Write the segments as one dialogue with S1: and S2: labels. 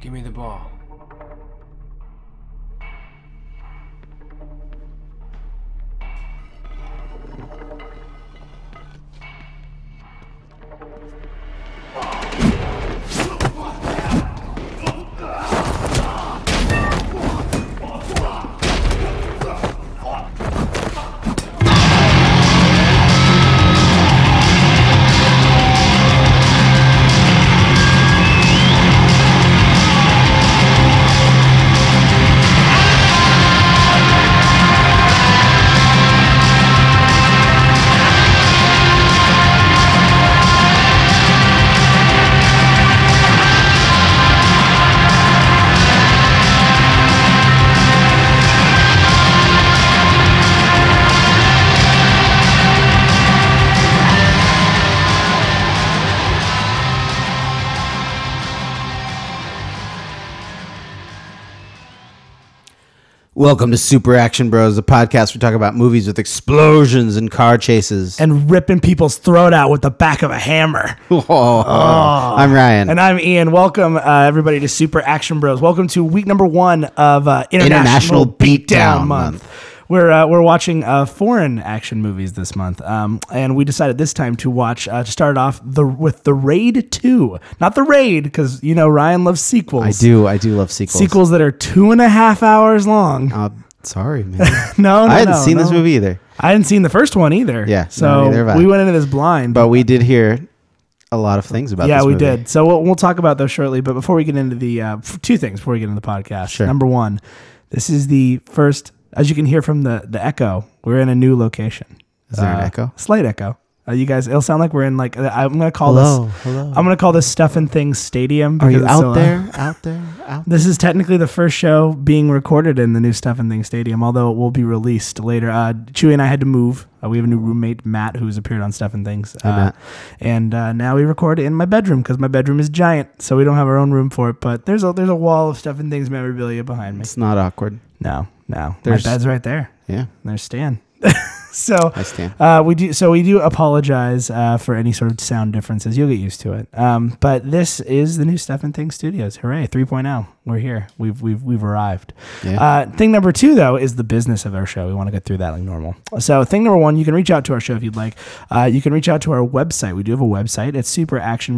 S1: Give me the ball.
S2: Welcome to Super Action Bros, the podcast we talk about movies with explosions and car chases.
S3: and ripping people's throat out with the back of a hammer.
S2: Oh, I'm Ryan.
S3: Ah. And I'm Ian. Welcome, uh, everybody, to Super Action Bros. Welcome to week number one of uh, International,
S2: International
S3: Beatdown,
S2: Beatdown
S3: Month.
S2: Month.
S3: We're, uh, we're watching uh, foreign action movies this month, um, and we decided this time to watch uh, to start off the with the Raid Two, not the Raid, because you know Ryan loves sequels.
S2: I do, I do love sequels.
S3: sequels that are two and a half hours long.
S2: Uh, sorry, man.
S3: no, no,
S2: I hadn't
S3: no,
S2: seen this
S3: no.
S2: movie either,
S3: I hadn't seen the first one either.
S2: Yeah, no,
S3: so
S2: neither have I.
S3: we went into this blind,
S2: but we did hear a lot of things about.
S3: yeah,
S2: this
S3: we
S2: movie.
S3: did. So we'll, we'll talk about those shortly. But before we get into the uh, f- two things, before we get into the podcast,
S2: Sure.
S3: number one, this is the first. As you can hear from the the echo, we're in a new location.
S2: Is there an echo?
S3: Slight echo. Uh, you guys, it'll sound like we're in like uh, I'm gonna call
S2: Hello,
S3: this.
S2: hello.
S3: I'm gonna call this stuff and things stadium.
S2: Are
S3: because
S2: you
S3: it's
S2: out
S3: so loud.
S2: there? Out there? Out
S3: This is technically the first show being recorded in the new Stuff and Things Stadium, although it will be released later. Uh, Chewy and I had to move. Uh, we have a new roommate, Matt, who's appeared on Stuff and Things. Uh,
S2: Matt.
S3: And uh, now we record in my bedroom because my bedroom is giant, so we don't have our own room for it. But there's a there's a wall of Stuff and Things memorabilia behind me.
S2: It's not awkward.
S3: No, no,
S2: There's-
S3: my bed's right there.
S2: Yeah,
S3: There's Stan. so
S2: I stand.
S3: uh, we do so we do apologize uh, for any sort of sound differences. You'll get used to it. Um, but this is the new Stuff and Things Studios. Hooray, 3.0. We're here. We've we've we've arrived.
S2: Yeah.
S3: Uh, thing number two though is the business of our show. We want to get through that like normal. So thing number one, you can reach out to our show if you'd like. Uh, you can reach out to our website. We do have a website. It's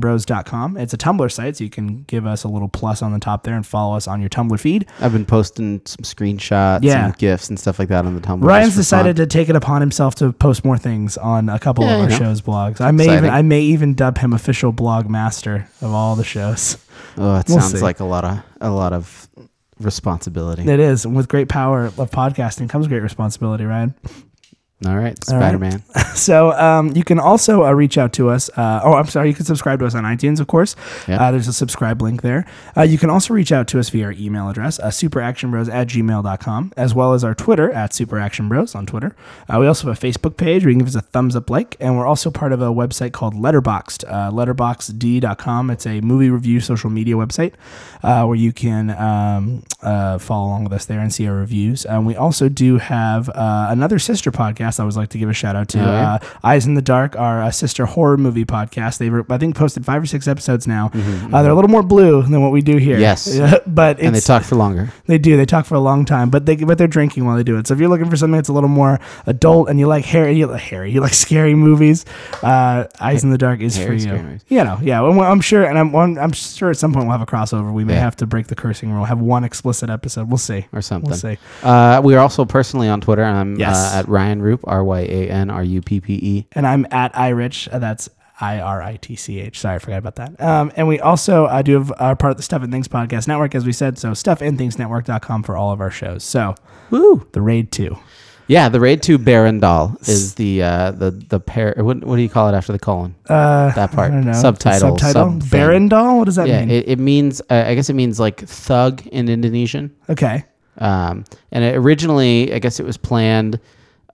S3: superactionbros.com. It's a Tumblr site, so you can give us a little plus on the top there and follow us on your Tumblr feed.
S2: I've been posting some screenshots,
S3: Yeah.
S2: and gifs, and stuff like that on the Tumblr.
S3: Ryan's
S2: just for fun.
S3: decided to take it upon himself to post more things on a couple
S2: Yeah,
S3: of
S2: you
S3: our
S2: know.
S3: show's blogs. I may even
S2: exciting.
S3: I may even dub him official blog master of all the shows.
S2: Oh, it
S3: We'll
S2: sounds
S3: see.
S2: like a lot of a lot of responsibility.
S3: It is, and with great power of podcasting comes great responsibility, Ryan.
S2: All right,
S3: All right.
S2: Spider Man.
S3: So um, you can also uh, reach out to us. Uh, oh, I'm sorry. You can subscribe to us on iTunes, of course.
S2: Yeah.
S3: Uh, there's a subscribe link there. Uh, you can also reach out to us via our email address, uh, superactionbros at gmail.com, as well as our Twitter at superactionbros on Twitter. Uh, we also have a Facebook page where you can give us a thumbs up like, and we're also part of a website called Letterboxed, uh, letterboxd.com. It's a movie review social media website uh, where you can um, uh, follow along with us there and see our reviews. Um, we also do have uh, another sister podcast I always like to give a shout out to.
S2: Oh, yeah?
S3: Uh, Eyes in the Dark, our uh, sister horror movie podcast. They've, I think, posted five or six episodes now. Uh, they're a little more blue than what we do here.
S2: Mm-hmm, Yes.
S3: Yeah, but it's,
S2: And they talk for longer.
S3: they do. They talk for a long time, but they but they're drinking while they do it. So if you're looking for something that's a little more adult and you like Harry, you like Harry, you like scary movies, uh, Eyes in the Dark is
S2: Harry,
S3: for
S2: scary
S3: you.
S2: movies.
S3: You know, yeah. I'm, I'm sure, and I'm I'm I'm sure at some point we'll have a crossover. We may
S2: Yeah.
S3: have to break the cursing rule, have one explicit episode. We'll see.
S2: Or something.
S3: We'll see.
S2: Uh, we are also personally on Twitter. and I'm
S3: Yes.
S2: uh, at Ryan Roop, R Y A N R U P P E.
S3: and I'm at iRich. uh, That's I R I T C H. Sorry, I forgot about that. Um, and we also uh, do have uh, part of the Stuff and Things Podcast Network, as we said. So stuffandthingsnetwork.com for all of our shows. So
S2: Woo!
S3: the Raid 2.
S2: Yeah, the raid to Barandal is the uh, the the pair. What, what do you call it after the colon?
S3: Uh,
S2: That
S3: I
S2: part.
S3: don't know.
S2: Subtitle.
S3: Subtitle.
S2: sub-thing.
S3: Barandal? What does that
S2: Yeah,
S3: mean?
S2: it, it means. Uh, I guess it means like thug in Indonesian.
S3: okay.
S2: Um, and it originally, I guess it was planned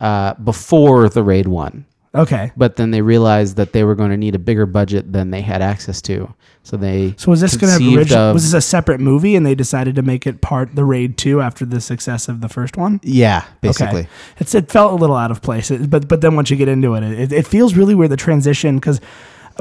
S2: uh, before the raid one.
S3: Okay.
S2: but then they realized that they were going to need a bigger budget than they had access to. So they
S3: So was this going to have
S2: conceived
S3: original?
S2: of-
S3: Was this a separate movie, and they decided to make it part the Raid Two after the success of the first one?
S2: yeah, basically.
S3: Okay. It's, it felt a little out of place, it, but but then once you get into it, it, it feels really weird the transition because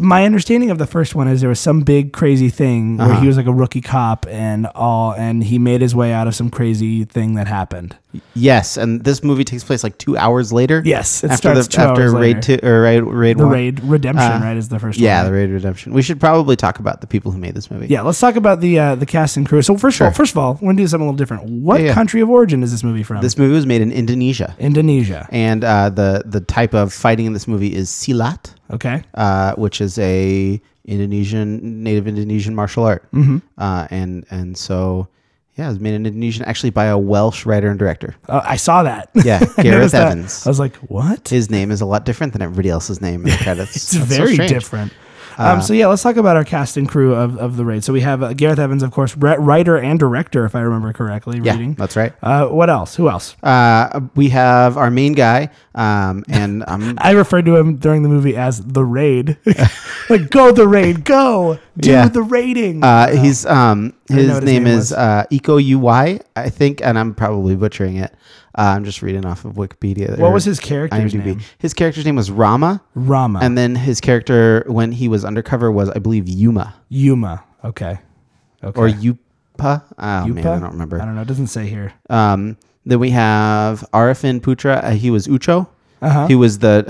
S3: My understanding of the first one is there was some big crazy thing where
S2: Uh-huh.
S3: he was like a rookie cop and all, and he made his way out of some crazy thing that happened.
S2: Yes, and this movie takes place like two hours later.
S3: Yes, it
S2: after
S3: starts
S2: the
S3: two
S2: after
S3: hours
S2: raid
S3: later.
S2: two or raid raid
S3: The
S2: one.
S3: raid redemption,
S2: Uh,
S3: right, is the first
S2: Yeah,
S3: one.
S2: the raid redemption. We should probably talk about the people who made this movie.
S3: Yeah, let's talk about the uh, the cast and crew. So first
S2: Sure.
S3: of all, first of all, we're gonna do something a little different. What
S2: Yeah, yeah.
S3: country of origin is this movie from?
S2: this movie was made in Indonesia,
S3: Indonesia.
S2: and uh, the the type of fighting in this movie is silat,
S3: Okay.
S2: uh, which is a Indonesian native Indonesian martial art, mm-hmm. uh, and and so yeah, it was made in Indonesia actually by a Welsh writer and director.
S3: Uh, I saw that.
S2: Yeah,
S3: I
S2: Gareth
S3: noticed that.
S2: Evans.
S3: I was like, what?
S2: His name is a lot different than everybody else's name in the credits.
S3: It's
S2: That's so
S3: very
S2: strange. Uh,
S3: different. Um, so yeah, let's talk about our cast and crew of, of the raid. So we have uh, Gareth Evans, of course, re- writer and director, if I remember correctly.
S2: Yeah,
S3: Reading.
S2: that's right.
S3: Uh, what else? Who else?
S2: Uh, we have our main guy, um, and I'm
S3: I referred to him during the movie as the raid. like, go the raid, go do
S2: Yeah.
S3: the raiding.
S2: Uh, he's um
S3: didn't
S2: his,
S3: know what his
S2: name,
S3: name
S2: is uh Eco Uy, I think, and I'm probably butchering it. Uh, I'm just reading off of Wikipedia.
S3: what
S2: or
S3: was his character's
S2: IMDb.
S3: name?
S2: His character's name was Rama,
S3: Rama
S2: and then his character when he was undercover was, I believe, Yuma
S3: Yuma. Okay. Okay.
S2: or Yupa. Oh man, I
S3: Yupa?
S2: don't remember.
S3: I don't know. It doesn't say here.
S2: Um, then we have Arifin Putra. Uh, he was Ucho.
S3: Uh-huh.
S2: He was the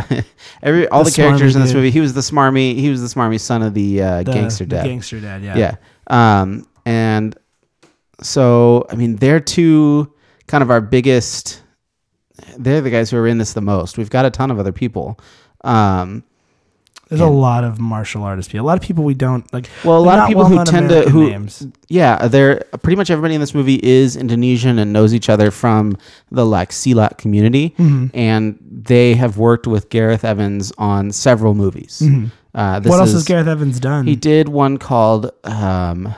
S2: every all
S3: The
S2: the, characters
S3: smarmy
S2: in this
S3: dude.
S2: movie. He was the smarmy. He was the smarmy son of the, uh,
S3: The-
S2: gangster
S3: the
S2: dad.
S3: Gangster dad. Yeah.
S2: yeah. Um, and so I mean, they're two kind of our biggest. They're the guys who are in this the most. We've got a ton of other people. Um,
S3: There's a lot of martial artist people. A lot of people we don't like.
S2: Well, a
S3: they're
S2: lot of
S3: not
S2: people who
S3: well-known
S2: tend to-
S3: American
S2: who-
S3: names.
S2: yeah, they're pretty much everybody in this movie is Indonesian and knows each other from the like Silat community,
S3: Mm-hmm.
S2: and they have worked with Gareth Evans on several movies. Uh, this
S3: Mm-hmm. What else
S2: is-
S3: has Gareth Evans done?
S2: He did one called um,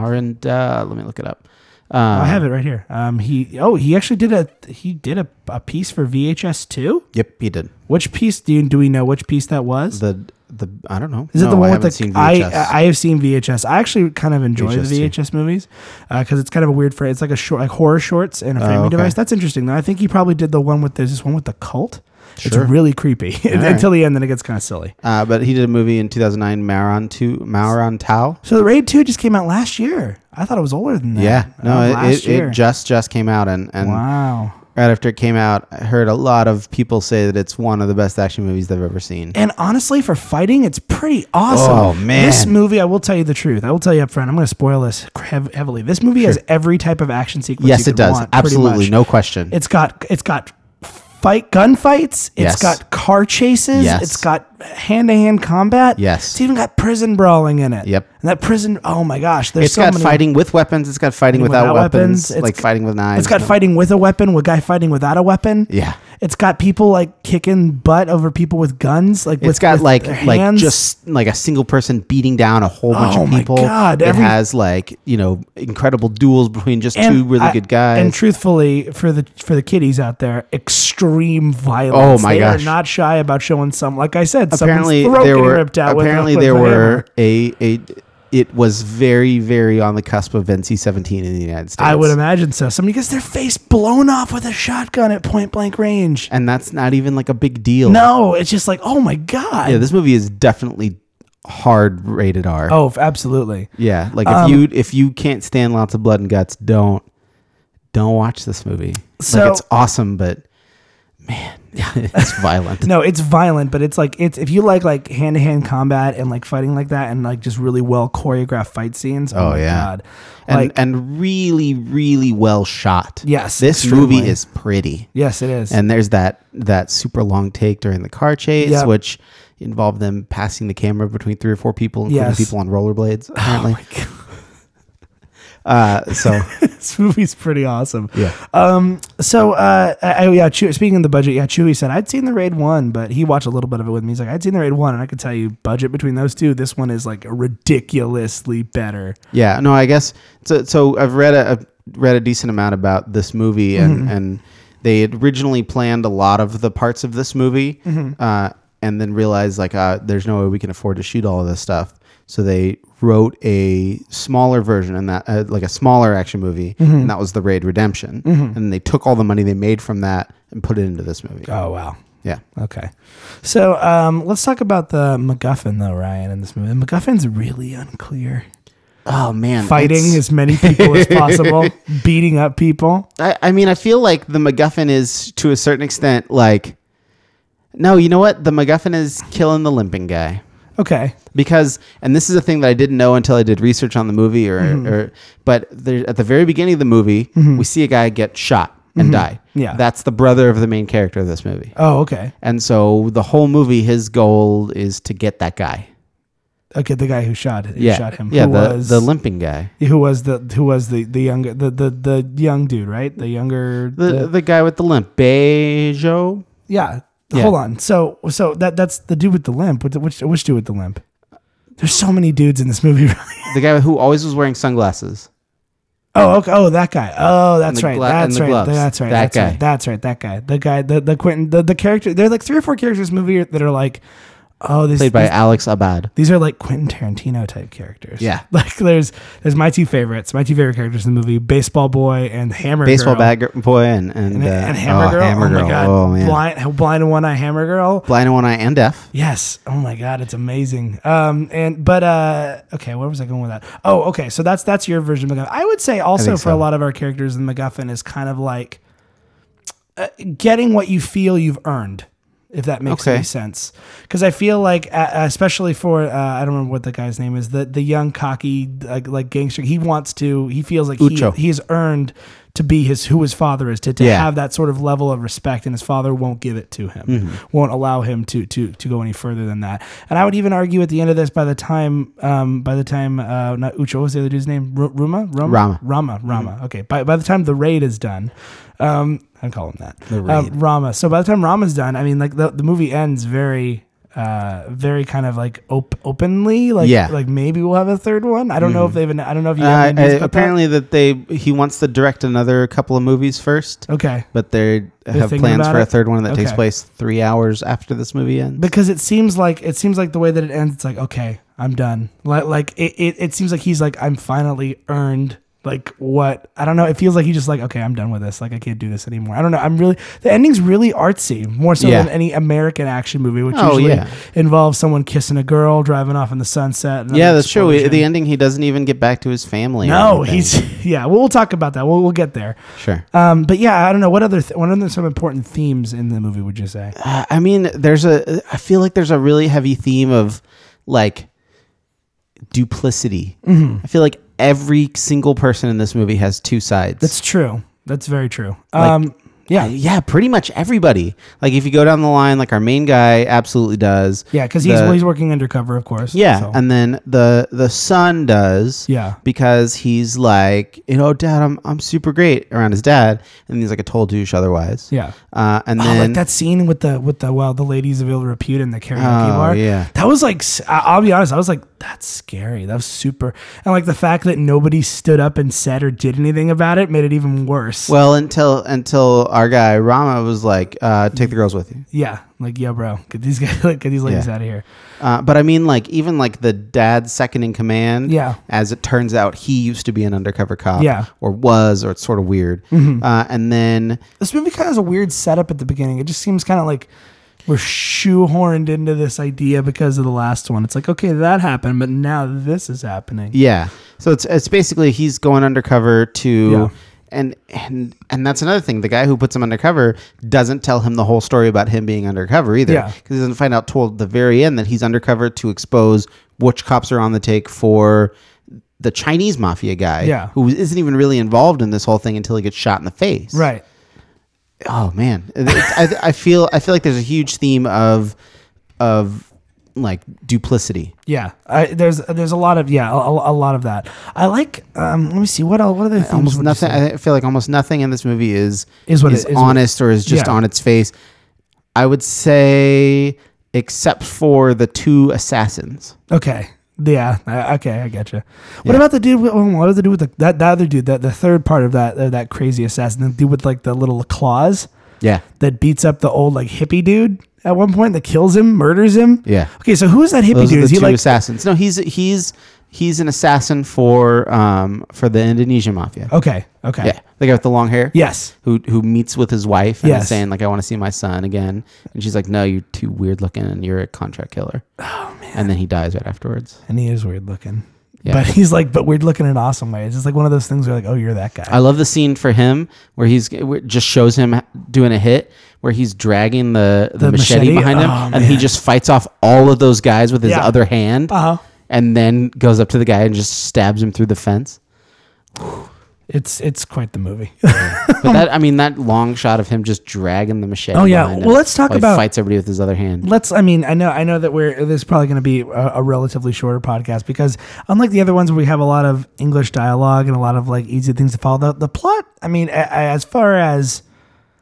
S2: Marinda. Let me look it up. Um,
S3: I have it right here. Um, he oh he actually did a he did a, a piece for VHS two.
S2: Yep, he did.
S3: Which piece do you, do we know which piece that was?
S2: the the I don't know.
S3: Is it
S2: No,
S3: the one
S2: I
S3: with the
S2: haven't seen VHS.
S3: I I have seen VHS. I actually kind of enjoy
S2: VHS,
S3: the
S2: too.
S3: VHS movies because it's kind of a weird frame. It's like a short like horror shorts and a framing
S2: Oh, okay.
S3: device. That's interesting though. I think he probably did the one with there's this one with the cult.
S2: Sure.
S3: It's really creepy until the end. Then it gets kind of silly.
S2: uh, but he did a movie in 2009, Maron Two Maron Tao.
S3: So the Raid Two just came out last year. I thought it was older than that.
S2: Yeah,
S3: Uh,
S2: no, it,
S3: last
S2: it, it just just came out, and and
S3: wow.
S2: right after it came out, I heard a lot of people say that it's one of the best action movies they've ever seen.
S3: And honestly, for fighting, it's pretty awesome.
S2: Oh, man.
S3: This movie, I will tell you the truth. I will tell you up front. I'm going to spoil this hev- heavily. This movie has every type of action sequence. you
S2: yes, it
S3: could
S2: does.
S3: want, pretty
S2: Absolutely,
S3: much.
S2: no question.
S3: It's got it's got fight gunfights. It's
S2: Yes.
S3: got car chases.
S2: Yes.
S3: It's got hand to hand combat.
S2: Yes.
S3: It's even got prison brawling in it.
S2: Yep.
S3: And that prison. Oh my gosh. There's
S2: it's
S3: so
S2: got
S3: many.
S2: fighting with weapons. It's got fighting
S3: Without
S2: without, weapons.
S3: weapons, it's
S2: like
S3: g-
S2: fighting with knives.
S3: It's got
S2: and-
S3: fighting with a weapon. With guy fighting without a weapon.
S2: Yeah.
S3: It's got people like kicking butt over people with guns. Like
S2: It's
S3: with,
S2: got
S3: with
S2: like
S3: their
S2: like
S3: hands.
S2: just like a single person beating down a whole bunch
S3: Oh
S2: of
S3: my
S2: people.
S3: God,
S2: It
S3: every-
S2: has like you know incredible duels between just two really
S3: I-
S2: good guys.
S3: And truthfully, for the for the kiddies out there, extreme violence.
S2: Oh my
S3: they
S2: gosh.
S3: are not shy about showing some. Like I said,
S2: apparently
S3: someone's throat
S2: there
S3: getting
S2: were
S3: ripped out. with a-
S2: apparently
S3: with
S2: there
S3: a
S2: were
S3: hammer.
S2: a a it was very very on the cusp of NC-17 in the United States.
S3: I would imagine so. Somebody gets their face blown off with a shotgun at point blank range.
S2: and that's not even like a big deal.
S3: No, it's just like, oh my god.
S2: yeah, this movie is definitely hard rated R.
S3: oh, f- absolutely.
S2: Yeah, like if
S3: Um,
S2: you if you can't stand lots of blood and guts, don't don't watch this movie.
S3: So-
S2: like it's awesome, but man, it's violent.
S3: No, it's violent, but it's like it's if you like like hand to hand combat and like fighting like that and like just really well choreographed fight scenes. Oh,
S2: Oh,
S3: my
S2: yeah.
S3: god.
S2: And
S3: like
S2: and really really well shot.
S3: Yes,
S2: this movie
S3: extremely.
S2: is pretty.
S3: yes, it is.
S2: And there's that that super long take during the car chase,
S3: Yep.
S2: which involved them passing the camera between three or four people, including
S3: Yes. Oh
S2: people on rollerblades. Apparently,
S3: God.
S2: uh, so
S3: this movie's pretty awesome.
S2: yeah,
S3: Um. So, uh, I, I- yeah. Chew, speaking of the budget, yeah, Chewy said I'd seen the raid one, but he watched a little bit of it with me. He's like, I'd seen the raid one, and I could tell you, budget between those two, this one is like ridiculously better.
S2: yeah. No, I guess so. So I've read a I've read a decent amount about this movie, and and they had originally planned a lot of the parts of this movie, uh, and then realized like uh, there's no way we can afford to shoot all of this stuff. So they wrote a smaller version and that uh, like a smaller action movie, and that was the Raid Redemption. And they took all the money they made from that and put it into this movie.
S3: Oh wow.
S2: Yeah.
S3: Okay. So um, let's talk about the MacGuffin, though, Ryan, in this movie. The MacGuffin's really unclear.
S2: Oh man,
S3: Fighting
S2: it's-
S3: as many people as possible, beating up people.
S2: I, I mean, I feel like the MacGuffin is to a certain extent like. No, you know what? The MacGuffin is killing the limping guy.
S3: Okay.
S2: because and this is a thing that I didn't know until I did research on the movie or,
S3: Mm-hmm.
S2: or but there, at the very beginning of the movie we see a guy get shot and die
S3: Mm-hmm. Yeah.
S2: that's the brother of the main character of this movie
S3: Oh, okay.
S2: and so the whole movie his goal is to get that guy
S3: Okay, the guy who shot who
S2: yeah
S3: shot him.
S2: yeah
S3: who
S2: the,
S3: was,
S2: the limping guy
S3: who was the who was the the younger the the, the young dude, right? The younger
S2: the, the, guy with the limp Bejo
S3: Yeah.
S2: Yeah.
S3: Hold on. So so that that's the dude with the limp. Which which, which dude with the limp? There's so many dudes in this movie. Ryan.
S2: the guy who always was wearing sunglasses
S3: oh okay. Oh that guy. Oh that's
S2: the
S3: right.
S2: glo- and
S3: that's
S2: the
S3: right.
S2: gloves.
S3: That's right.
S2: That
S3: that's
S2: guy.
S3: Right. That's right. That guy. The guy. The the Quentin. The, the character. There are like three or four characters in this movie that are like, oh this.
S2: played by
S3: these-
S2: Alex Abad
S3: these are like Quentin Tarantino type characters.
S2: Yeah.
S3: Like there's there's my two favorites. My two favorite characters in the movie: Baseball Boy and Hammer.
S2: baseball
S3: Girl.
S2: bag boy and and,
S3: and,
S2: uh,
S3: and Hammer
S2: oh,
S3: Girl.
S2: Hammer
S3: oh my
S2: Girl.
S3: god.
S2: oh man
S3: Blind blind in one eye Hammer Girl.
S2: blind in one eye and deaf
S3: Yes. Oh my God, it's amazing. Um, and but uh, okay, where was I going with that? Oh, okay. So that's that's your version of MacGuffin. I would say also
S2: think
S3: for
S2: so.
S3: a lot of our characters, the MacGuffin is kind of like uh, getting what you feel you've earned, if that makes
S2: Okay.
S3: any sense. Because I feel like, uh, especially for uh, I don't remember what the guy's name is, the the young cocky like, like gangster. He wants to. He feels like he,
S2: Ucho.
S3: he's earned to be his who his father is to, to
S2: Yeah.
S3: have that sort of level of respect and his father won't give it to him
S2: Mm-hmm.
S3: won't allow him to to to go any further than that and i would even argue at the end of this by the time um by the time uh not ucho what was the other dude's name Ru- ruma Rama?
S2: Rama. Mm-hmm.
S3: rama rama okay by, by the time the raid is done um i call him that the
S2: raid.
S3: rama so by the time rama's done i mean like the, the movie ends very uh very kind of like op- openly like
S2: Yeah.
S3: like maybe we'll have a third one i don't know if they've an- i don't know if you have
S2: Uh,
S3: any news
S2: uh,
S3: about that.
S2: apparently that they he wants to direct another couple of movies first,
S3: okay
S2: but they have
S3: Oh. thinking
S2: plans
S3: about
S2: for a
S3: it?
S2: third one that takes
S3: Okay.
S2: place three hours after this movie ends.
S3: because it seems like it seems like the way that it ends it's like okay i'm done like, like it, it, it seems like he's like i'm finally earned like what i don't know it feels like he just like okay i'm done with this like i can't do this anymore i don't know i'm really the ending's really artsy more so
S2: Yeah.
S3: than any american action movie which
S2: Oh,
S3: usually
S2: yeah.
S3: involves someone kissing a girl driving off in the sunset and
S2: yeah,
S3: an
S2: that's true.
S3: explosion.
S2: The ending, he doesn't even get back to his family. or
S3: no
S2: anything.
S3: he's yeah we'll, we'll talk about that we'll, we'll get there
S2: sure.
S3: um but yeah i don't know what other th- what other some important themes in the movie would you say
S2: Uh, I mean, there's a. I feel like there's a really heavy theme of like duplicity.
S3: Mm-hmm.
S2: I feel like every single person in this movie has two sides. Uh,
S3: that's true that's very true um yeah
S2: yeah, pretty much everybody. Like if you go down the line, like our main guy absolutely does.
S3: Yeah, because he's
S2: The-
S3: well, he's working undercover, of course.
S2: Yeah,
S3: so-
S2: and then the the son does.
S3: Yeah.
S2: because he's like, you know, Dad, I'm I'm super great around his dad, and he's like a total douche otherwise.
S3: yeah.
S2: uh, and
S3: Oh,
S2: then
S3: like that scene with the with the well, the ladies of ill repute in the karaoke
S2: Oh,
S3: bar.
S2: yeah.
S3: that was like s- I- I'll be honest, I was like that's scary. That was super, and like the fact that nobody stood up and said or did anything about it made it even worse.
S2: well until until our guy Rama was like, uh, take
S3: Mm-hmm.
S2: the girls with you.
S3: yeah, like yeah, bro, get these guys, like, get these ladies
S2: Yeah.
S3: out of here.
S2: Uh, but I mean, like even like the dad's second in command.
S3: Yeah.
S2: As it turns out, he used to be an undercover cop.
S3: Yeah. Mm-hmm.
S2: Or was, or it's sort of weird. Uh, and then
S3: This movie kind of has a weird setup at the beginning. It just seems kind of like we're shoehorned into this idea because of the last one. It's like okay, that happened, but now this is happening.
S2: Yeah. So it's it's basically he's going undercover to
S3: Yeah.
S2: and and and that's another thing. The guy who puts him undercover doesn't tell him the whole story about him being undercover either.
S3: Yeah.
S2: Because he doesn't find out till the very end that he's undercover to expose which cops are on the take for the Chinese mafia guy
S3: Yeah.
S2: who isn't even really involved in this whole thing until he gets shot in the face.
S3: Right.
S2: Oh man, It's- I, I feel I feel like there's a huge theme of of like duplicity.
S3: Yeah, I, there's there's a lot of yeah a, a- a lot of that. I like. Um, let me see what else, what other things
S2: almost
S3: would you
S2: nothing.
S3: say?
S2: I feel like almost nothing in this movie is
S3: Is what
S2: is
S3: it- is what-
S2: honest or is just
S3: yeah.
S2: on its face. I would say, except for the two assassins.
S3: Okay. Yeah. I, okay. I get you. What about the dude? With, oh, what about the dude with the, that that other dude? That the third part of that uh, that crazy assassin, the dude with like the little claws
S2: Yeah,
S3: that beats up the old like hippie dude at one point that kills him, murders him.
S2: Yeah.
S3: Okay. So who is that hippie
S2: those
S3: dude?
S2: are the
S3: Is he
S2: two
S3: like
S2: assassins. No, he's he's He's an assassin for um for the Indonesian mafia.
S3: Okay. Oh, Okay.
S2: Yeah, the guy with the long hair.
S3: Yes.
S2: who who meets with his wife and
S3: Yes.
S2: is saying like I want to see my son again, and she's like, No, you're too weird looking, and you're a contract killer. Oh man! And then he dies right afterwards.
S3: And he is weird looking.
S2: Yeah.
S3: But he's like, but weird looking in an awesome way. It's just like one of those things where like, oh, you're that guy.
S2: I love the scene for him where he's where it just shows him doing a hit where he's dragging the the,
S3: The
S2: machete,
S3: machete?
S2: behind him,
S3: Oh,
S2: and he
S3: man.
S2: just fights off all of those guys with his
S3: Yeah.
S2: other hand,
S3: uh huh.
S2: and then goes up to the guy and just stabs him through the fence.
S3: It's it's quite the movie.
S2: But that I mean that long shot of him just dragging the machete.
S3: Oh, yeah.
S2: behind him
S3: Well, let's talk
S2: while he
S3: about-
S2: fights everybody with his other hand.
S3: Let's. I mean, I know. I know that we're. This is probably going to be a, a relatively shorter podcast because, unlike the other ones where we have a lot of English dialogue and a lot of like easy things to follow, the, the plot. I mean, a, a- as far as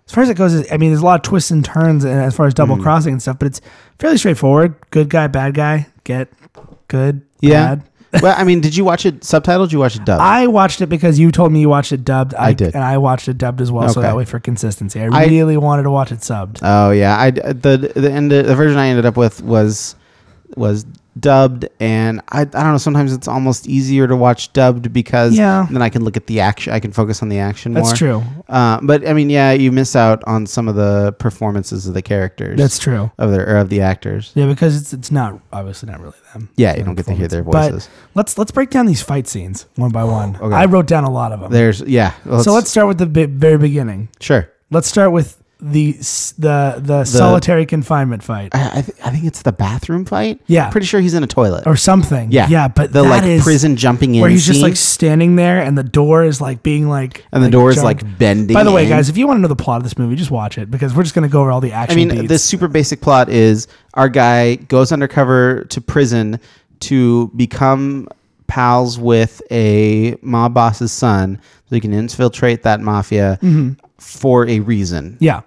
S3: as far as it goes, is, I mean, there's a lot of twists and turns and as far as
S2: Hmm.
S3: double crossing and stuff, but it's fairly straightforward. Good guy, bad guy, get good.
S2: Yeah.
S3: bad.
S2: well, I mean, did you watch it subtitled? Did you watch it dubbed?
S3: I watched it because you told me you watched it dubbed. I,
S2: did.
S3: and I watched it dubbed as well. So
S2: Okay.
S3: that way, for consistency, I,
S2: I-
S3: really wanted to watch it subbed.
S2: Oh yeah, I the the end the version I ended up with was was dubbed, and I I don't know. Sometimes it's almost easier to watch dubbed because
S3: Yeah.
S2: then I can look at the action. I can focus on the action more.
S3: That's true.
S2: Uh, but I mean, yeah, you miss out on some of the performances of the characters.
S3: That's true.
S2: of their or of the actors.
S3: Yeah, because it's it's not obviously not really them.
S2: Yeah, you don't get to hear their voices.
S3: But let's let's break down these fight scenes one by one.
S2: Okay.
S3: I wrote down a lot of them.
S2: There's yeah.
S3: so let's start with the bi- very beginning.
S2: sure.
S3: Let's start with the s- the the, solitary confinement fight
S2: I I, th- I think it's the bathroom fight.
S3: Yeah.
S2: pretty sure he's in a toilet.
S3: or something.
S2: yeah,
S3: yeah, but
S2: the
S3: that
S2: like
S3: is
S2: prison jumping in
S3: where he's just
S2: scene,
S3: like standing there and the door is like being like
S2: and the
S3: like,
S2: door is
S3: jammed.
S2: like bending.
S3: By the way,
S2: in.
S3: guys, if you want to know the plot of this movie, just watch it because we're just going to go over all the
S2: I
S3: action.
S2: mean,
S3: beats.
S2: the super basic plot is our guy goes undercover to prison to become pals with a mob boss's son so he can infiltrate that mafia for a reason
S3: yeah,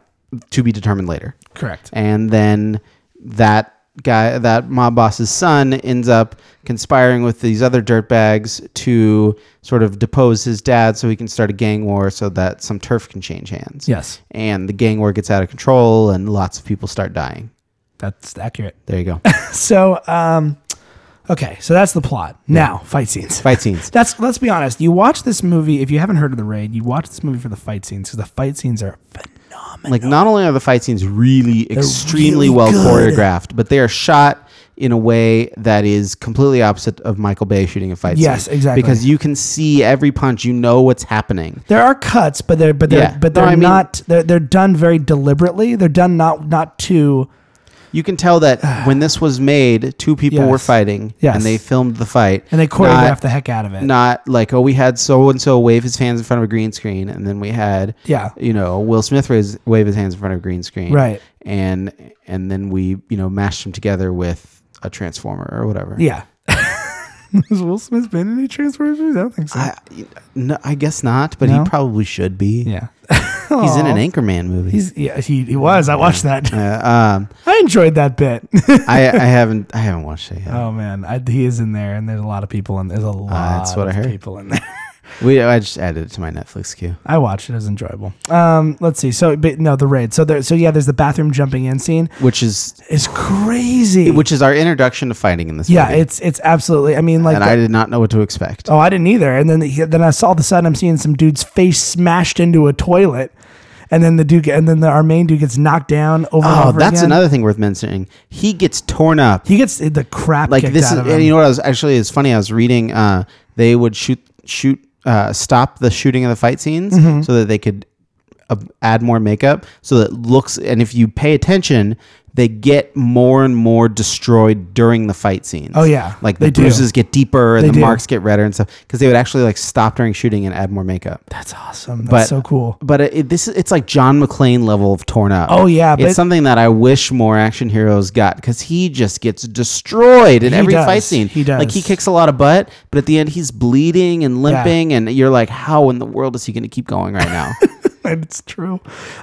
S2: to be determined later.
S3: correct.
S2: And then that guy, that mob boss's son, ends up conspiring with these other dirtbags to sort of depose his dad so he can start a gang war so that some turf can change hands.
S3: Yes,
S2: And the gang war gets out of control and lots of people start dying.
S3: that's accurate.
S2: There you go.
S3: So, um, okay, so that's the plot. Now, fight scenes.
S2: Fight scenes.
S3: That's let's be honest. You watch this movie if you haven't heard of the raid. You watch this movie for the fight scenes because the fight scenes are phenomenal.
S2: Like not only are the fight scenes really extremely
S3: really
S2: well
S3: good.
S2: choreographed, but they are shot in a way that is completely opposite of Michael Bay shooting a fight
S3: Yes,
S2: scene.
S3: exactly.
S2: Because you can see every punch, you know what's happening.
S3: There are cuts, but they're but they're
S2: Yeah.
S3: but
S2: No,
S3: they're
S2: I mean-
S3: not. They're they're done very deliberately. They're done not not too.
S2: You can tell that when this was made, two people
S3: Yes.
S2: were fighting
S3: Yes.
S2: and they filmed the fight.
S3: And they choreographed
S2: Not-
S3: the heck out of it.
S2: not like oh we had so and so wave his hands in front of a green screen and then we had
S3: Yeah.
S2: you know Will Smith raise, wave his hands in front of a green screen
S3: Right.
S2: and and then we you know mashed them together with a transformer or whatever
S3: Yeah. Has Will Smith been in any Transformers? movies? I don't think so.
S2: I, no, I guess not but
S3: No?
S2: he probably should be
S3: yeah.
S2: he's in an Anchorman movie
S3: He's yeah. He he was. I watched that.
S2: uh, um
S3: I enjoyed that bit.
S2: I I haven't I haven't watched it yet
S3: oh man, I, he is in there, and there's a lot of people, and there's a lot
S2: Uh, that's what I
S3: of
S2: heard.
S3: people in there.
S2: we I just added it to my Netflix queue
S3: I watched it. It was enjoyable. Um, let's see. So, but no, the raid. So there. So yeah, there's the bathroom jumping in scene.
S2: which is
S3: It's crazy.
S2: which is our introduction to fighting in this
S3: yeah,
S2: movie
S3: it's it's absolutely. I mean, like.
S2: and
S3: the-
S2: I did not know what to expect
S3: oh, I didn't either. And then he, then I saw all of a sudden I'm seeing some dude's face smashed into a toilet, and then the dude get- and then the, our main dude gets knocked down over. and
S2: Oh,
S3: over
S2: that's
S3: again.
S2: another thing worth mentioning. He gets torn up.
S3: He gets the crap
S2: like
S3: kicked
S2: this is,
S3: out of him.
S2: and you know what? I was actually it's funny. I was reading. Uh, they would shoot shoot uh, stop the shooting of the fight scenes
S3: Mm-hmm.
S2: so that they could uh, add more makeup so that looks. And if you pay attention, they get more and more destroyed during the fight scenes.
S3: Oh, yeah.
S2: like
S3: They
S2: the
S3: do.
S2: bruises get deeper and
S3: They
S2: the
S3: do.
S2: marks get redder and stuff because they would actually like stop during shooting and add more makeup.
S3: that's awesome. That's
S2: but-
S3: so cool.
S2: But it, it- this is it's like John McClane level of torn up.
S3: Oh, yeah, but-
S2: it's something that I wish more action heroes got because he just gets destroyed in
S3: He
S2: every
S3: does.
S2: fight scene.
S3: He
S2: like he
S3: does.
S2: kicks a lot of butt, but at the end he's bleeding and limping, and you're like, how in the world is he going to keep going right now?
S3: it's true.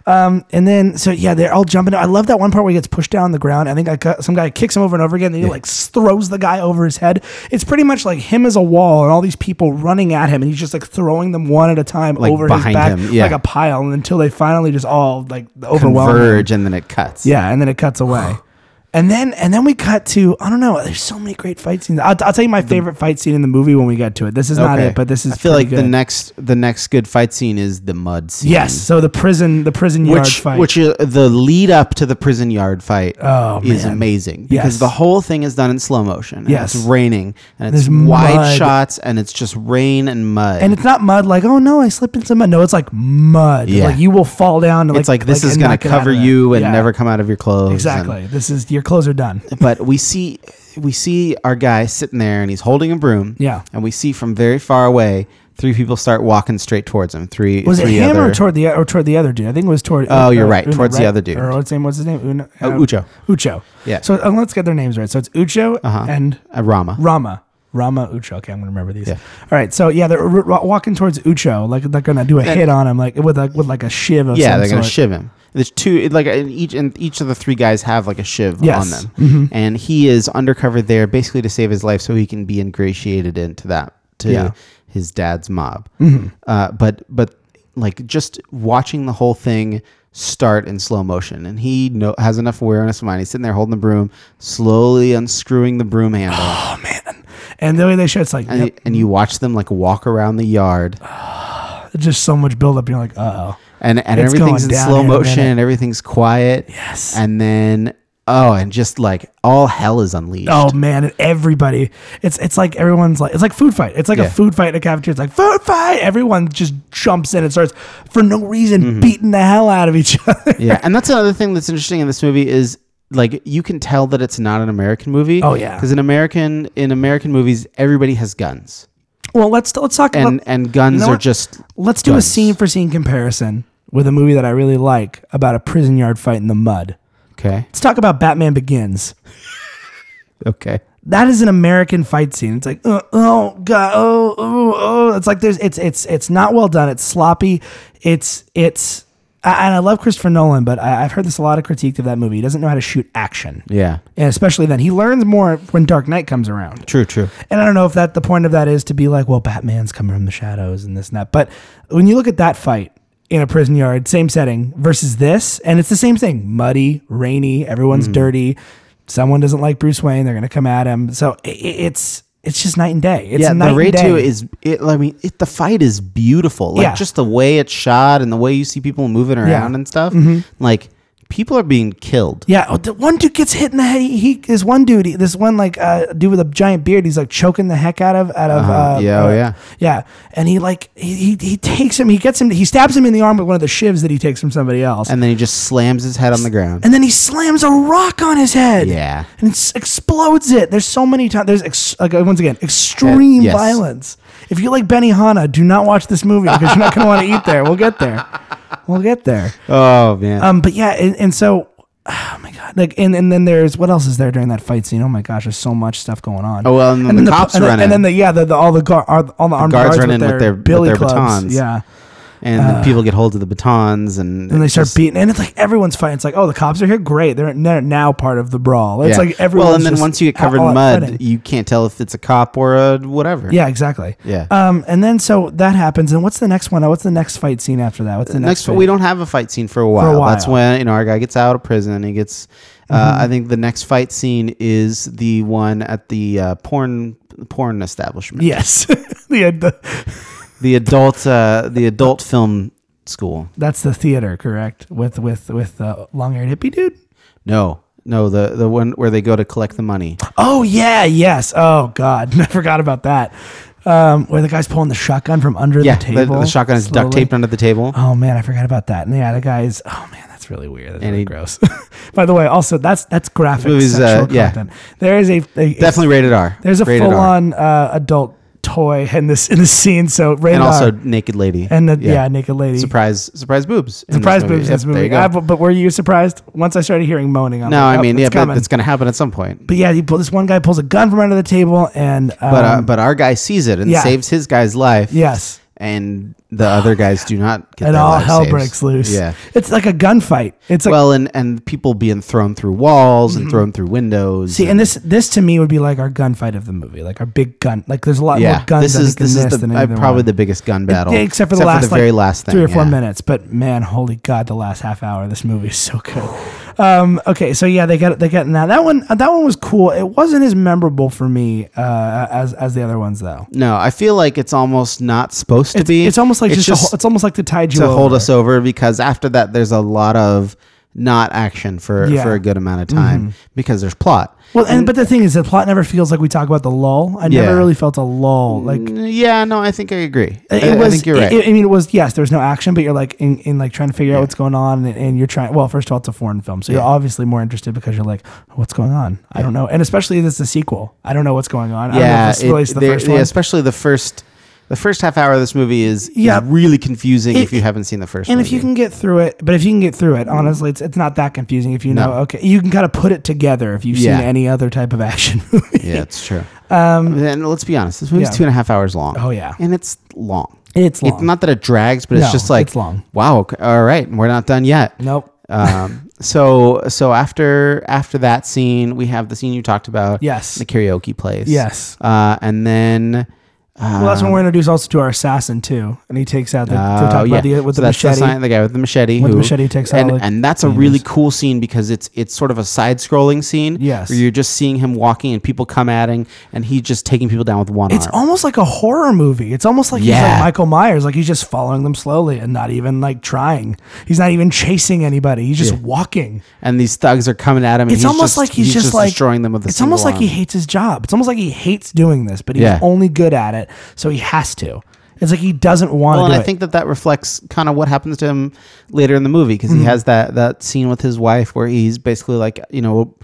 S3: Um, and then so yeah, they're all jumping. I love that one part where he gets pushed down on the ground. I think I cut, some guy kicks him over and over again. And he like s- throws the guy over his head. It's pretty much like him as a wall and all these people running at him, and he's just like throwing them one at a time over his
S2: behind
S3: back
S2: him, yeah.
S3: like a pile until they finally just all like overwhelm. him.
S2: Converge, and then it cuts.
S3: Yeah, and then it cuts away. And then and then we cut to I don't know. There's so many great fight scenes. I'll, I'll tell you my favorite fight scene in the movie when we get to it. This is not it, but this is
S2: I feel like
S3: pretty
S2: the
S3: good.
S2: next the next good fight scene is the mud scene.
S3: yes. So the prison the prison yard
S2: Which,
S3: fight.
S2: which uh, the lead up to the prison yard fight
S3: Oh,
S2: is
S3: man.
S2: amazing because
S3: Yes.
S2: the whole thing is done in slow motion. and
S3: Yes.
S2: it's raining and it's
S3: There's
S2: wide
S3: mud.
S2: shots and it's just rain and mud.
S3: and it's not mud like oh no I slipped in some mud. No, it's like mud.
S2: Yeah.
S3: Like you will fall down. To
S2: it's like, this is
S3: and
S2: going
S3: not
S2: to
S3: get out
S2: cover
S3: of it.
S2: you and
S3: Yeah.
S2: never come out of your clothes. and-
S3: Exactly. This is your clothes are done.
S2: but we see we see our guy sitting there and he's holding a broom.
S3: Yeah.
S2: And we see from very far away three people start walking straight towards him. Three
S3: Was it
S2: three
S3: him
S2: other-
S3: or toward the or toward the other dude? I think it was toward.
S2: Oh,
S3: uh,
S2: you're
S3: uh,
S2: right,
S3: Uno,
S2: towards the other dude.
S3: Or what's his name? What's his name? Uno,
S2: Uh, Ucho.
S3: Ucho.
S2: Yeah.
S3: So uh, let's get their names right. So it's Ucho and
S2: Uh, Rama.
S3: Rama. Rama Ucho. Okay, I'm gonna remember these.
S2: Yeah.
S3: All right. So yeah, they're r- r- walking towards Ucho, like they're gonna do a hit on him, like with like with like a shiv of
S2: yeah,
S3: some
S2: they're going to
S3: sort.
S2: shiv him. There's two it- like and each and each of the three guys have like a shiv
S3: Yes.
S2: on them, and he is undercover there basically to save his life so he can be ingratiated into that to
S3: Yeah.
S2: his dad's mob. Uh, but but like just watching the whole thing start in slow motion, and he know, has enough awareness of mind. He's sitting there holding the broom, slowly unscrewing the broom handle,
S3: Oh man. And the way they show it's like
S2: and,
S3: yep,
S2: and you watch them like walk around the yard.
S3: just so much buildup. You're like, uh oh.
S2: and and
S3: It's
S2: everything's in
S3: going down
S2: slow
S3: in a
S2: motion
S3: minute.
S2: and everything's quiet.
S3: Yes.
S2: And then oh, and just like all hell is unleashed.
S3: Oh man, and everybody. It's it's like everyone's like it's like food fight. It's like
S2: Yeah.
S3: a food fight in a cafeteria. It's like food fight. Everyone just jumps in and starts for no reason beating the hell out of each other.
S2: Mm-hmm. yeah. And that's another thing that's interesting in this movie is like you can tell that it's not an American movie.
S3: Oh, yeah.
S2: Because in American in American movies everybody has guns.
S3: Well, let's let's talk
S2: And
S3: about
S2: and guns
S3: know
S2: are
S3: what?
S2: just
S3: let's do a
S2: guns.
S3: scene for scene comparison with a movie that I really like about a prison yard fight in the mud.
S2: okay.
S3: Let's talk about Batman Begins.
S2: Okay.
S3: That is an American fight scene. It's like, uh, oh god, oh, oh, oh. It's like there's, it's, it's, it's not well done. It's sloppy. It's, it's, I- and I love Christopher Nolan, but I, I've heard this a lot of critiqued of that movie. He doesn't know how to shoot action,
S2: Yeah.
S3: and especially then he learns more when Dark Knight comes around.
S2: True, true.
S3: And I don't know if that the point of that is to be like, well, Batman's coming from the shadows and this and that. But when you look at that fight in a prison yard, same setting versus this, and it's the same thing: muddy, rainy, everyone's
S2: Mm-hmm.
S3: dirty. Someone doesn't like Bruce Wayne; they're going to come at him. So i i- it's it's just night and day. It's
S2: Yeah,
S3: night
S2: the
S3: and
S2: ratio
S3: day.
S2: is it I mean it, the fight is beautiful. Like
S3: Yeah.
S2: just the way it's shot and the way you see people moving around and stuff.
S3: Mm-hmm.
S2: Like people are being killed.
S3: Yeah, oh, the one dude gets hit in the head. He, he this one dude, he- this one like uh, dude with a giant beard. He's like choking the heck out of out of.
S2: Uh-huh.
S3: Uh,
S2: Yeah,
S3: uh,
S2: oh, yeah.
S3: yeah. And he like he, he he takes him. He gets him. He stabs him in the arm with one of the shivs that he takes from somebody else. And,
S2: and then he just slams his head on the ground.
S3: then he slams a rock on his head.
S2: Yeah.
S3: and s- explodes it. There's so many times. There's ex- like, once again extreme
S2: Uh, yes.
S3: violence. If you like Benny Hanna, do not watch this movie because you're not going to want to eat there. We'll get there. We'll get there.
S2: Oh man,
S3: Um, but yeah, and, and so, oh my god, like, and, and then there's what else is there during that fight scene? Oh my gosh, there's so much stuff going on.
S2: Oh, well, and then the
S3: pu-
S2: cops
S3: and
S2: run
S3: then, and
S2: in.
S3: then the yeah, the, the all the guard, all the armed
S2: guards
S3: guards,
S2: run
S3: with
S2: in
S3: their,
S2: with their- with
S3: billy
S2: their
S3: clubs.
S2: batons.
S3: Yeah,
S2: and then people get hold of the batons, and,
S3: and uh, they start beating, and it's like everyone's fighting. It's like, oh, the cops are here, great. They're, they're now part of the brawl. It's like everyone.
S2: Well, and then once you get covered in mud, you can't tell if it's a cop or a whatever.
S3: yeah, exactly.
S2: Yeah.
S3: Um, and then so that happens, and what's the next one? Oh, what's the next fight scene after that? What's the next?
S2: Uh, Next,
S3: fight?
S2: we don't have a fight scene for a while. That's
S3: while. Mm-hmm.
S2: when you know our guy gets out of prison. and He gets. Uh, I think the next fight scene is the one at the uh, porn porn establishment.
S3: Yes. the, the
S2: The adult uh, the adult film school.
S3: that's the theater, correct? With with with uh, long haired hippie dude.
S2: No, no, the the one where they go to collect the money.
S3: Oh yeah, yes. Oh god, I forgot about that. Um, where the guy's pulling the shotgun from under
S2: Yeah,
S3: the
S2: the,
S3: table.
S2: the shotgun is duct
S3: slowly.
S2: taped under the table.
S3: Oh man, I forgot about that. And yeah, the guy's. Oh man, that's really weird. That's
S2: And
S3: really
S2: he-
S3: gross. By the way, also that's that's graphic
S2: movie's, uh,
S3: sexual
S2: yeah.
S3: content. There is a, a-
S2: Definitely rated R.
S3: there's a
S2: Rated R.
S3: full on uh, adult toy in this in this scene. So rated
S2: and also
S3: R.
S2: naked lady
S3: and the, yeah. naked lady
S2: surprise surprise boobs in
S3: surprise
S2: this movie.
S3: boobs in
S2: Yep,
S3: this
S2: there
S3: movie.
S2: you go.
S3: Ah, but, but were you surprised once I started hearing moaning? I'm
S2: no i
S3: like, oh,
S2: mean
S3: it's
S2: yeah
S3: coming.
S2: but it's gonna happen at some point
S3: But yeah, you pull, this one guy pulls a gun from under the table, and um,
S2: but uh, but our guy sees it and
S3: yeah.
S2: saves his guy's life
S3: yes,
S2: and the other guys do not get
S3: and
S2: their
S3: all
S2: lives
S3: hell
S2: saved.
S3: breaks loose.
S2: yeah
S3: it's like a gunfight. It's like Mm-hmm.
S2: well and and people being thrown through walls and thrown through windows
S3: see, and this this to me would be like our gunfight of the movie, like our big gun. Like there's a lot
S2: yeah
S3: more guns.
S2: this
S3: I
S2: is
S3: think, in
S2: this is the,
S3: than
S2: uh,
S3: either
S2: probably
S3: one.
S2: the biggest gun battle
S3: Yeah, except for the last like,
S2: very last thing
S3: three or four
S2: yeah.
S3: minutes. But man, holy god, the last half hour of this movie is so good. Um, okay, so yeah, they got they got in that. That one uh, that one was cool. It wasn't as memorable for me uh, as as the other ones though.
S2: No, I feel like it's almost not supposed to be.
S3: It's almost like just, to hol- it's almost like the tide you
S2: to hold
S3: over.
S2: us over because after that, there's a lot of not action for
S3: Yeah. Mm-hmm.
S2: for a good amount of time because there's plot.
S3: Well, and but the thing is, the plot never feels like we talk about the lull. I
S2: Yeah.
S3: never really felt a lull. Like
S2: Mm, Yeah, no, I think I agree. I,
S3: it
S2: Uh, I
S3: was.
S2: think you're right.
S3: it- I mean, it was yes. There was no action, but you're like in, in like trying to figure out what's going on, and, and you're trying. Well, first of all, it's a foreign film, so you're obviously more interested because you're like, what's going on? I don't know. And especially if it's a sequel, I don't know what's going on. I don't know
S2: yeah,
S3: if this relates
S2: it-
S3: to the
S2: there-
S3: first
S2: yeah,
S3: one.
S2: especially the first the first half hour of this movie is, is
S3: Yeah.
S2: really confusing if
S3: It-
S2: you haven't seen the first.
S3: And if you
S2: movie.
S3: can get through it, but if you can get through it, honestly, it's, it's not that confusing. If you know,
S2: No.
S3: okay, you can kind of put it together if you've
S2: Yeah.
S3: seen any other type of action movie.
S2: yeah, it's true. Um, and let's be honest, this movie's
S3: yeah.
S2: two and a half hours long.
S3: Oh, yeah.
S2: and it's long.
S3: It's long.
S2: It's not that it drags, but it's
S3: No,
S2: just like
S3: it's long.
S2: Wow, okay, all right, we're not done yet.
S3: nope.
S2: um, so so after after that scene, we have the scene you talked about.
S3: Yes.
S2: the karaoke place.
S3: Yes.
S2: uh, and then.
S3: Well, that's when we're introduced also to our assassin too, and he takes out the,
S2: uh, Oh,
S3: to talk
S2: yeah.
S3: about the with
S2: So
S3: the
S2: that's
S3: machete.
S2: The, sign- the guy with the machete.
S3: With the machete takes out
S2: and,
S3: all the
S2: and that's a really cool scene because it's it's sort of a side-scrolling scene.
S3: Yes.
S2: where you're just seeing him walking and people come at him, and he's just taking people down with one
S3: It's
S2: arm.
S3: almost like a horror movie. It's almost like he's
S2: Yeah.
S3: like Michael Myers, like he's just following them slowly and not even like trying. He's not even chasing anybody. He's just walking.
S2: and these thugs are coming at him. And
S3: It's almost
S2: just,
S3: like he's, just, like
S2: destroying them with a
S3: It's
S2: single
S3: almost like he
S2: arm.
S3: hates his job. It's almost like he hates doing this, but he's
S2: Yeah.
S3: only good at it, so he has to. It's like he doesn't
S2: Well,
S3: want to
S2: and
S3: do
S2: I
S3: it.
S2: think that that reflects kind of what happens to him later in the movie because
S3: Mm-hmm.
S2: he has that that scene with his wife where he's basically like, you know,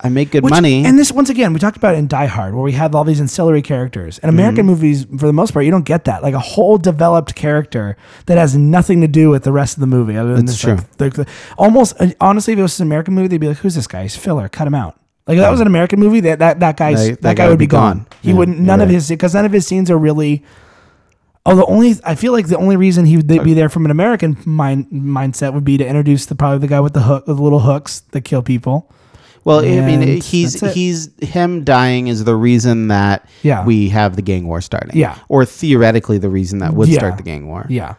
S2: I make good
S3: Which-
S2: money.
S3: And this once again, we talked about it in Die Hard, where we have all these ancillary characters. And American movies, for the most part, you don't get that. Like a whole developed character that has nothing to do with the rest of the movie. Other than
S2: That's
S3: this, like, the- the- almost uh, honestly, if it was an American movie, they'd be like, "Who's this guy? He's filler. Cut him out." Like if that was an American movie. That that that guy's
S2: That-
S3: that, guy, would be gone. He
S2: Yeah,
S3: wouldn't.
S2: you're
S3: None of
S2: right.
S3: his because none of his scenes are really. Oh, the only I feel like the only reason he would be there from an American mind mindset would be to introduce the probably the guy with the hook with the little hooks that kill people.
S2: Well, I mean,
S3: And
S2: he's
S3: that's it.
S2: he's him dying is the reason that
S3: Yeah.
S2: we have the gang war starting.
S3: Yeah.
S2: or theoretically the reason that would
S3: Yeah.
S2: start the gang war.
S3: Yeah.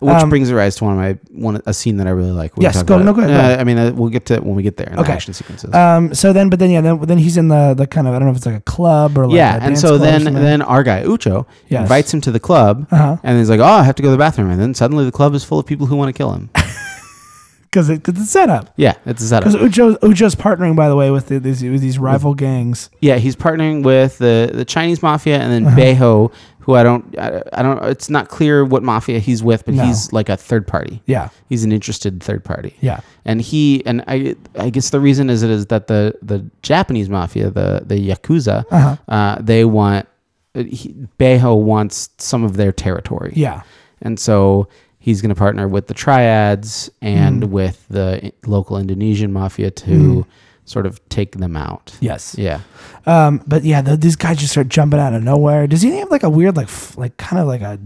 S2: which
S3: Um,
S2: brings rise to one of my one a scene that I really like. We
S3: Yes,
S2: can talk
S3: go-
S2: about
S3: no,
S2: it.
S3: go ahead, go
S2: Uh,
S3: ahead.
S2: I mean, uh, we'll get to it when we get there in
S3: Okay.
S2: the action sequences.
S3: Um. So then, but then, yeah, then, then he's in the the kind of I don't know if it's like a club or like
S2: yeah,
S3: a
S2: and
S3: dance
S2: so
S3: club or
S2: then
S3: something.
S2: then our guy Ucho
S3: Yes.
S2: invites him to the club,
S3: Uh-huh.
S2: and he's like, "Oh, I have to go to the bathroom," and then suddenly the club is full of people who want to kill him.
S3: because it, 'cause it's set up
S2: yeah, it's a setup.
S3: because Ujo Ujo's partnering by the way with the, these with these rival gangs.
S2: Yeah, he's partnering with the the Chinese mafia and then Beho, who I don't I, I don't it's not clear what mafia he's with, but
S3: No.
S2: he's like a third party.
S3: Yeah.
S2: He's an interested third party.
S3: Yeah.
S2: And he and I I guess the reason is it is that the the Japanese mafia, the the yakuza,
S3: Uh-huh.
S2: uh, they want he, Beho wants some of their territory.
S3: Yeah.
S2: And so he's going to partner with the triads and
S3: Mm.
S2: with the i- local Indonesian mafia to sort of take them out.
S3: Yes.
S2: Yeah.
S3: Um. But yeah, the, these guys just start jumping out of nowhere. Does he have like a weird like f- like kind of like a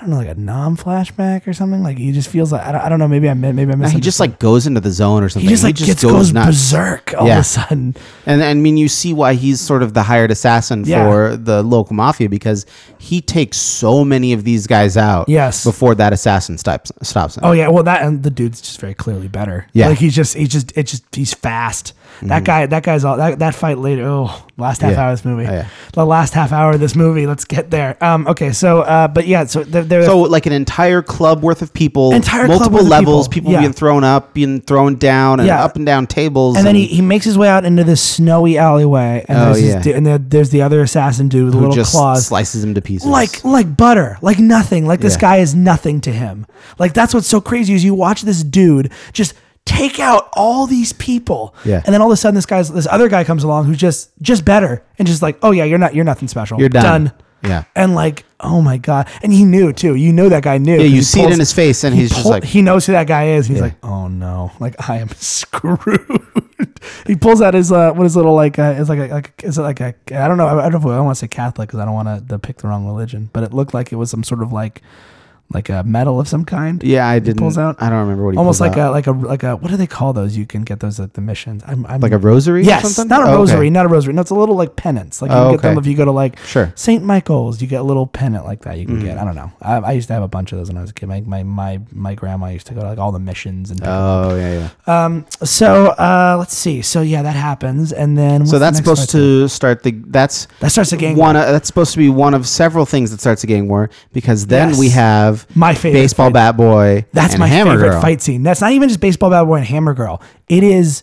S3: I don't know like a non flashback or something? Like he just feels like I don't, I don't know. Maybe I mi- maybe I
S2: No,
S3: missed.
S2: he just like goes into the zone or something.
S3: he just like gets, goes,
S2: nuts.
S3: berserk all
S2: Yeah.
S3: of a sudden.
S2: And, and I mean, you see why he's sort of the hired assassin
S3: Yeah.
S2: for the local mafia because he takes so many of these guys out.
S3: Yes.
S2: Before that assassin stops stops him.
S3: Oh yeah, well that and the dude's just very clearly better.
S2: Yeah. Mm-hmm.
S3: like he's just he's just it just he's fast. That guy, that guy's all that, that fight later. Oh, last half
S2: Yeah.
S3: hour of this movie,
S2: Oh, yeah.
S3: the last half hour of this movie. Let's get there. Um, okay, so uh, but yeah, so they're, they're
S2: So like an entire club worth of people,
S3: Entire club
S2: multiple
S3: worth of
S2: levels,
S3: people.
S2: people,
S3: Yeah.
S2: being thrown up, being thrown down, and
S3: Yeah.
S2: up and down tables.
S3: and then he, he makes his way out into this snowy alleyway, and
S2: Oh,
S3: there's this
S2: yeah.
S3: du- and there, there's the other assassin dude with the
S2: who
S3: little
S2: just
S3: claws.
S2: slices him to pieces.
S3: like like butter, like nothing. Like this
S2: Yeah.
S3: guy is nothing to him. Like that's what's so crazy is you watch this dude just take out all these people,
S2: Yeah.
S3: and then all of a sudden this guy's this other guy comes along who's just just better and just like oh yeah you're not you're nothing special
S2: You're done. Yeah.
S3: and like oh my god and he knew too you know that guy knew yeah
S2: you see it in his face, and he's just like-
S3: he knows who that guy is he's
S2: Yeah.
S3: like oh no like I am screwed. He pulls out his uh, what is little like uh, is like a, like is it like a I don't know I, I don't know, I don't want to say Catholic because I don't want to pick the wrong religion but it looked like it was some sort of like like a medal of some kind.
S2: Yeah, I didn't.
S3: pulls out-
S2: I don't remember what he
S3: Almost
S2: pulled
S3: like
S2: out.
S3: a like a like a what do they call those? You can get those at the missions. I'm, I'm
S2: like a rosary. or
S3: yes,
S2: something?
S3: not a
S2: Oh, okay.
S3: rosary, not a rosary. No, it's a little like pennants. Like you
S2: Oh,
S3: can get them
S2: okay.
S3: if you go to like
S2: Sure. Mm.
S3: St. Michael's, you get a little pennant like that. You can get. I don't know. I, I used to have a bunch of those when I was a kid. My my my, my grandma used to go to like all the missions and.
S2: Oh yeah, yeah.
S3: Um. So uh, let's see. So yeah, that happens, and then what's
S2: So
S3: the
S2: that's
S3: next
S2: supposed
S3: fight?
S2: to start the. That's
S3: that starts a gang.
S2: one. of- that's supposed to be one of several things that starts a gang war because then we
S3: Yes.
S2: have
S3: My favorite
S2: baseball
S3: fight.
S2: bat boy.
S3: That's
S2: and
S3: my
S2: hammer
S3: favorite
S2: girl.
S3: fight scene. That's not even just baseball bad boy and hammer girl. It is,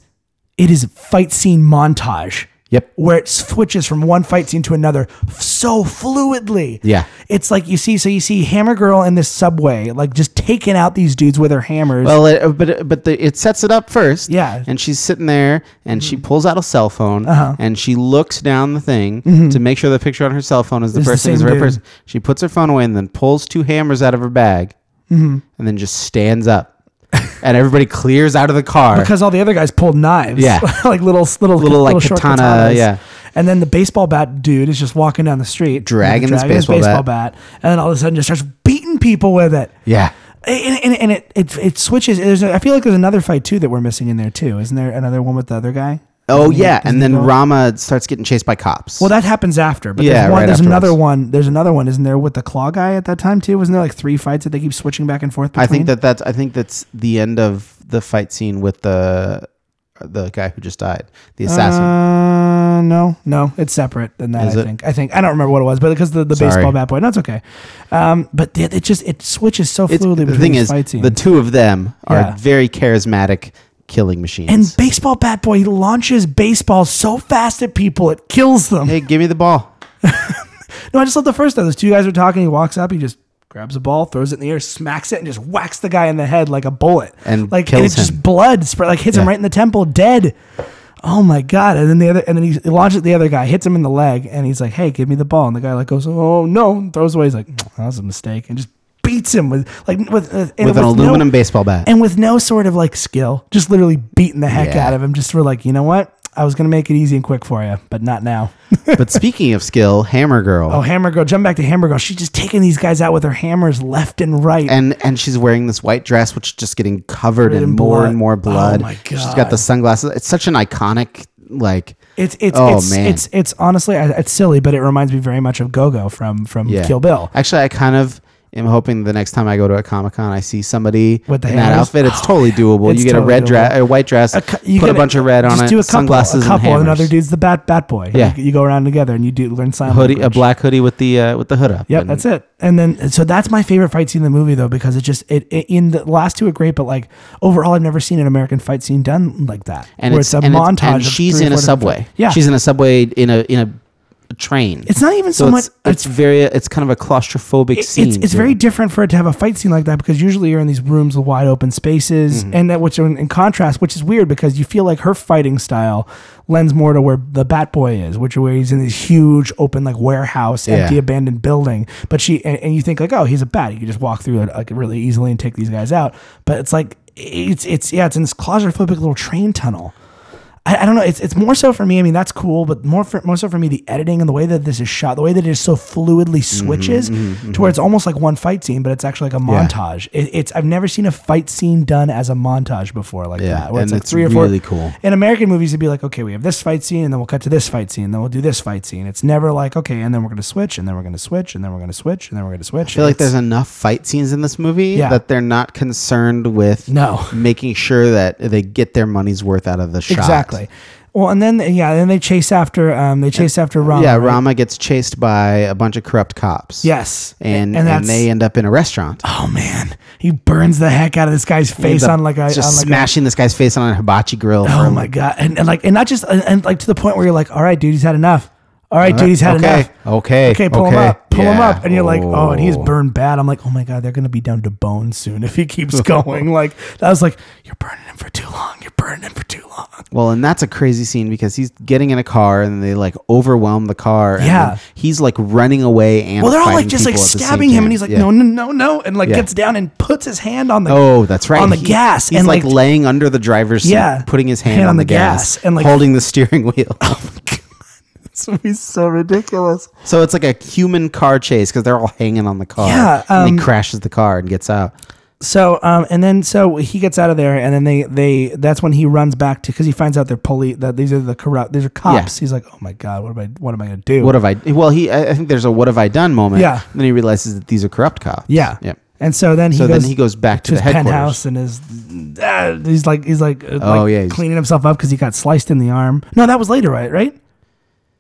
S3: it is fight scene montage.
S2: Yep.
S3: Where it switches from one fight scene to another so fluidly.
S2: Yeah.
S3: It's like you see, so you see Hammer Girl in this subway, like just taking out these dudes with her hammers.
S2: Well, it, uh, but but the, it sets it up first.
S3: Yeah. Mm-hmm. Uh-huh.
S2: And she's sitting there, and she pulls out a cell phone, and she looks down the thing to make sure the picture on her cell phone is the
S3: Mm-hmm. Is the
S2: person is the
S3: same
S2: right
S3: dude.
S2: person. She puts her phone away, and then pulls two hammers out of her bag,
S3: Mm-hmm.
S2: and then just stands up, and everybody clears out of the car.
S3: because all the other guys pulled knives.
S2: Yeah.
S3: like little, little,
S2: Little, like,
S3: short
S2: katana,
S3: katanas.
S2: yeah.
S3: And then the baseball bat dude is just walking down the street,
S2: Dragging this baseball
S3: bat. and then all of a sudden just starts beating people with it.
S2: yeah.
S3: And, and, and it, it it switches. There's a, I feel like there's another fight too that we're missing in there too. Isn't there another one with the other guy?
S2: Oh
S3: Isn't he-
S2: yeah,
S3: isn't
S2: and
S3: he
S2: then
S3: going-
S2: Rama starts getting chased by cops.
S3: Well, that happens after. But
S2: Yeah,
S3: there's, one,
S2: right
S3: there's another
S2: afterwards.
S3: one. There's another one. Isn't there with the claw guy at that time too? Wasn't there like three fights that they keep switching back and forth? Between?
S2: I think that that's I think that's the end of the fight scene with the the guy who just died, the assassin.
S3: Uh, no, no, it's separate than that.
S2: Is
S3: I
S2: it?
S3: think. I think I don't remember what it was, but because the, the
S2: Sorry.
S3: baseball bat boy. No, it's okay. Um, but it, it just it switches so
S2: It's-
S3: fluidly
S2: the
S3: between
S2: thing
S3: these
S2: is,
S3: fight scenes.
S2: the two of them are
S3: Yeah.
S2: very charismatic killing machines.
S3: and baseball bat boy launches baseball so fast at people it kills them.
S2: hey, give me the ball.
S3: No, I just love the first though. Those two guys are talking. He walks up. He just grabs a ball, throws it in the air, smacks it, and just whacks the guy in the head like a bullet.
S2: And
S3: like
S2: kills
S3: and it
S2: him.
S3: just blood spread like hits him
S2: Yeah.
S3: right in the temple, dead. Oh my god! And then the other, and then he launches at the other guy, hits him in the leg, and he's like, "Hey, give me the ball." And the guy like goes, "Oh no!" and throws away. He's like, "That was a mistake," and just beats him with like with uh, and
S2: With an
S3: no-
S2: aluminum baseball bat.
S3: and with no sort of like skill, just literally beating the heck
S2: Yeah.
S3: out of him. Just for like, you know what? I was gonna make it easy and quick for you, but not now.
S2: but speaking of skill, Hammer Girl.
S3: Oh, Hammer Girl, jump back to Hammer Girl. She's just taking these guys out with her hammers left and right.
S2: And and she's wearing this white dress, which is just getting covered in,
S3: in
S2: more
S3: blood.
S2: and more
S3: Oh
S2: blood.
S3: my
S2: She's got
S3: God.
S2: the sunglasses. It's such an iconic, like,
S3: it's it's
S2: Oh,
S3: it's,
S2: man.
S3: it's it's honestly I- it's silly, but it reminds me very much of Gogo from from
S2: yeah.
S3: Kill Bill.
S2: Actually, I kind of am hoping the next time I go to a Comic Con, I see somebody
S3: With the
S2: in that
S3: hammers?
S2: outfit. It's totally doable.
S3: It's
S2: you get
S3: totally
S2: a red dress,
S3: doable.
S2: a white dress,
S3: cu-
S2: put a
S3: gotta
S2: bunch of red on
S3: just
S2: it,
S3: do a couple,
S2: sunglasses,
S3: a couple,
S2: and hammers.
S3: another dude's the bat bat boy.
S2: Yeah.
S3: you, you go around together and you do learn sign
S2: hoodie, a
S3: language.
S2: black hoodie with the uh, with the hood up.
S3: Yep,
S2: And-
S3: that's it. And then so that's my favorite fight scene in the movie though because it just it, it in the last two are great, but like overall I've never seen an American fight scene done like that.
S2: and
S3: where
S2: it's, and it's- And
S3: of
S2: she's
S3: three or
S2: in a
S3: four different
S2: subway.
S3: fight- Yeah,
S2: she's in a subway in a in a train.
S3: it's not even so,
S2: so
S3: much.
S2: it's, it's very it's kind of a claustrophobic
S3: It-
S2: scene.
S3: It's, it's
S2: to
S3: very
S2: it.
S3: different for it to have a fight scene like that because usually you're in these rooms with wide open spaces, and that which are in, in contrast, which is weird because you feel like her fighting style lends more to where the Bat Boy is, which where he's in this huge open like warehouse, empty
S2: Yeah.
S3: abandoned building. But she and, and you think like, oh, he's a bat, you can just walk through it like really easily and take these guys out. But it's like it's it's yeah, it's in this claustrophobic little train tunnel. I, I don't know. It's it's more so for me. I mean, that's cool, but more for, more so for me, the editing and the way that this is shot, the way that it is so fluidly switches to where it's almost like one fight scene, but it's actually like a
S2: Mm-hmm, Yeah.
S3: montage. It, it's I've never seen a fight scene done as a montage before like
S2: Yeah,
S3: that. Where it's
S2: and
S3: like
S2: it's
S3: three or four.
S2: really cool.
S3: In American movies, it'd be like, okay, we have this fight scene, and then we'll cut to this fight scene, and then we'll do this fight scene. It's never like, okay, and then we're gonna switch, and then we're gonna switch, and then we're gonna switch, and then we're gonna switch.
S2: I feel like there's enough fight scenes in this movie
S3: Yeah.
S2: that they're not concerned with
S3: No.
S2: making sure that they get their money's worth out of the shot.
S3: exactly. Well, and then yeah, then they chase after um they chase after Rama.
S2: yeah,
S3: right?
S2: Rama gets chased by a bunch of corrupt cops.
S3: Yes,
S2: and and, they end up in a restaurant.
S3: Oh man, he burns the heck out of this guy's face
S2: The-
S3: on like a
S2: just
S3: on like a-
S2: smashing this guy's face on a hibachi grill.
S3: oh my god, and, and like and not just and, and, like to the point where you're like, all right, dude, he's had enough. All right, dude, he's had
S2: okay,
S3: enough.
S2: okay,
S3: okay, pull him
S2: okay,
S3: up, pull him
S2: yeah,
S3: up, and you're like, oh, and he's
S2: oh.
S3: burned bad. I'm like, oh my god, they're gonna be down to bone soon if he keeps going. like that was like, you're burning him for too long. You're burning him for too long.
S2: Well, and that's a crazy scene because he's getting in a car and they like overwhelm the car. And
S3: Yeah.
S2: then he's like running away and
S3: Well, they're all like
S2: fighting
S3: just like
S2: people at the same
S3: stabbing him,
S2: time.
S3: and he's like,
S2: Yeah.
S3: no, no, no, no, and like
S2: Yeah.
S3: gets down and puts his hand on the
S2: Oh, that's right.
S3: on the
S2: He-
S3: gas
S2: He's
S3: and
S2: like, laying under the driver's seat,
S3: Yeah.
S2: putting his hand, on, the gas,
S3: and, like-
S2: holding the steering wheel.
S3: this would be so ridiculous.
S2: So it's like a human car chase because they're all hanging on the car.
S3: Yeah,
S2: and
S3: um,
S2: he crashes the car and gets out.
S3: So um, and then so he gets out of there, and then they they that's when he runs back to because he finds out they're police that these are the corrupt these are cops. He's like, oh my god, what am I what am I gonna do?
S2: What have I? Well, he. I I think there's a "What have I done" moment.
S3: Yeah.
S2: And then he realizes that these are corrupt cops.
S3: yeah,
S2: Yeah.
S3: And so then he
S2: So
S3: goes
S2: then he goes back to,
S3: to
S2: the
S3: his
S2: headquarters.
S3: penthouse and his uh, he's like he's like, uh,
S2: Oh,
S3: like
S2: yeah, he's-
S3: cleaning himself up because he got sliced in the arm. No, that was later, right? Right?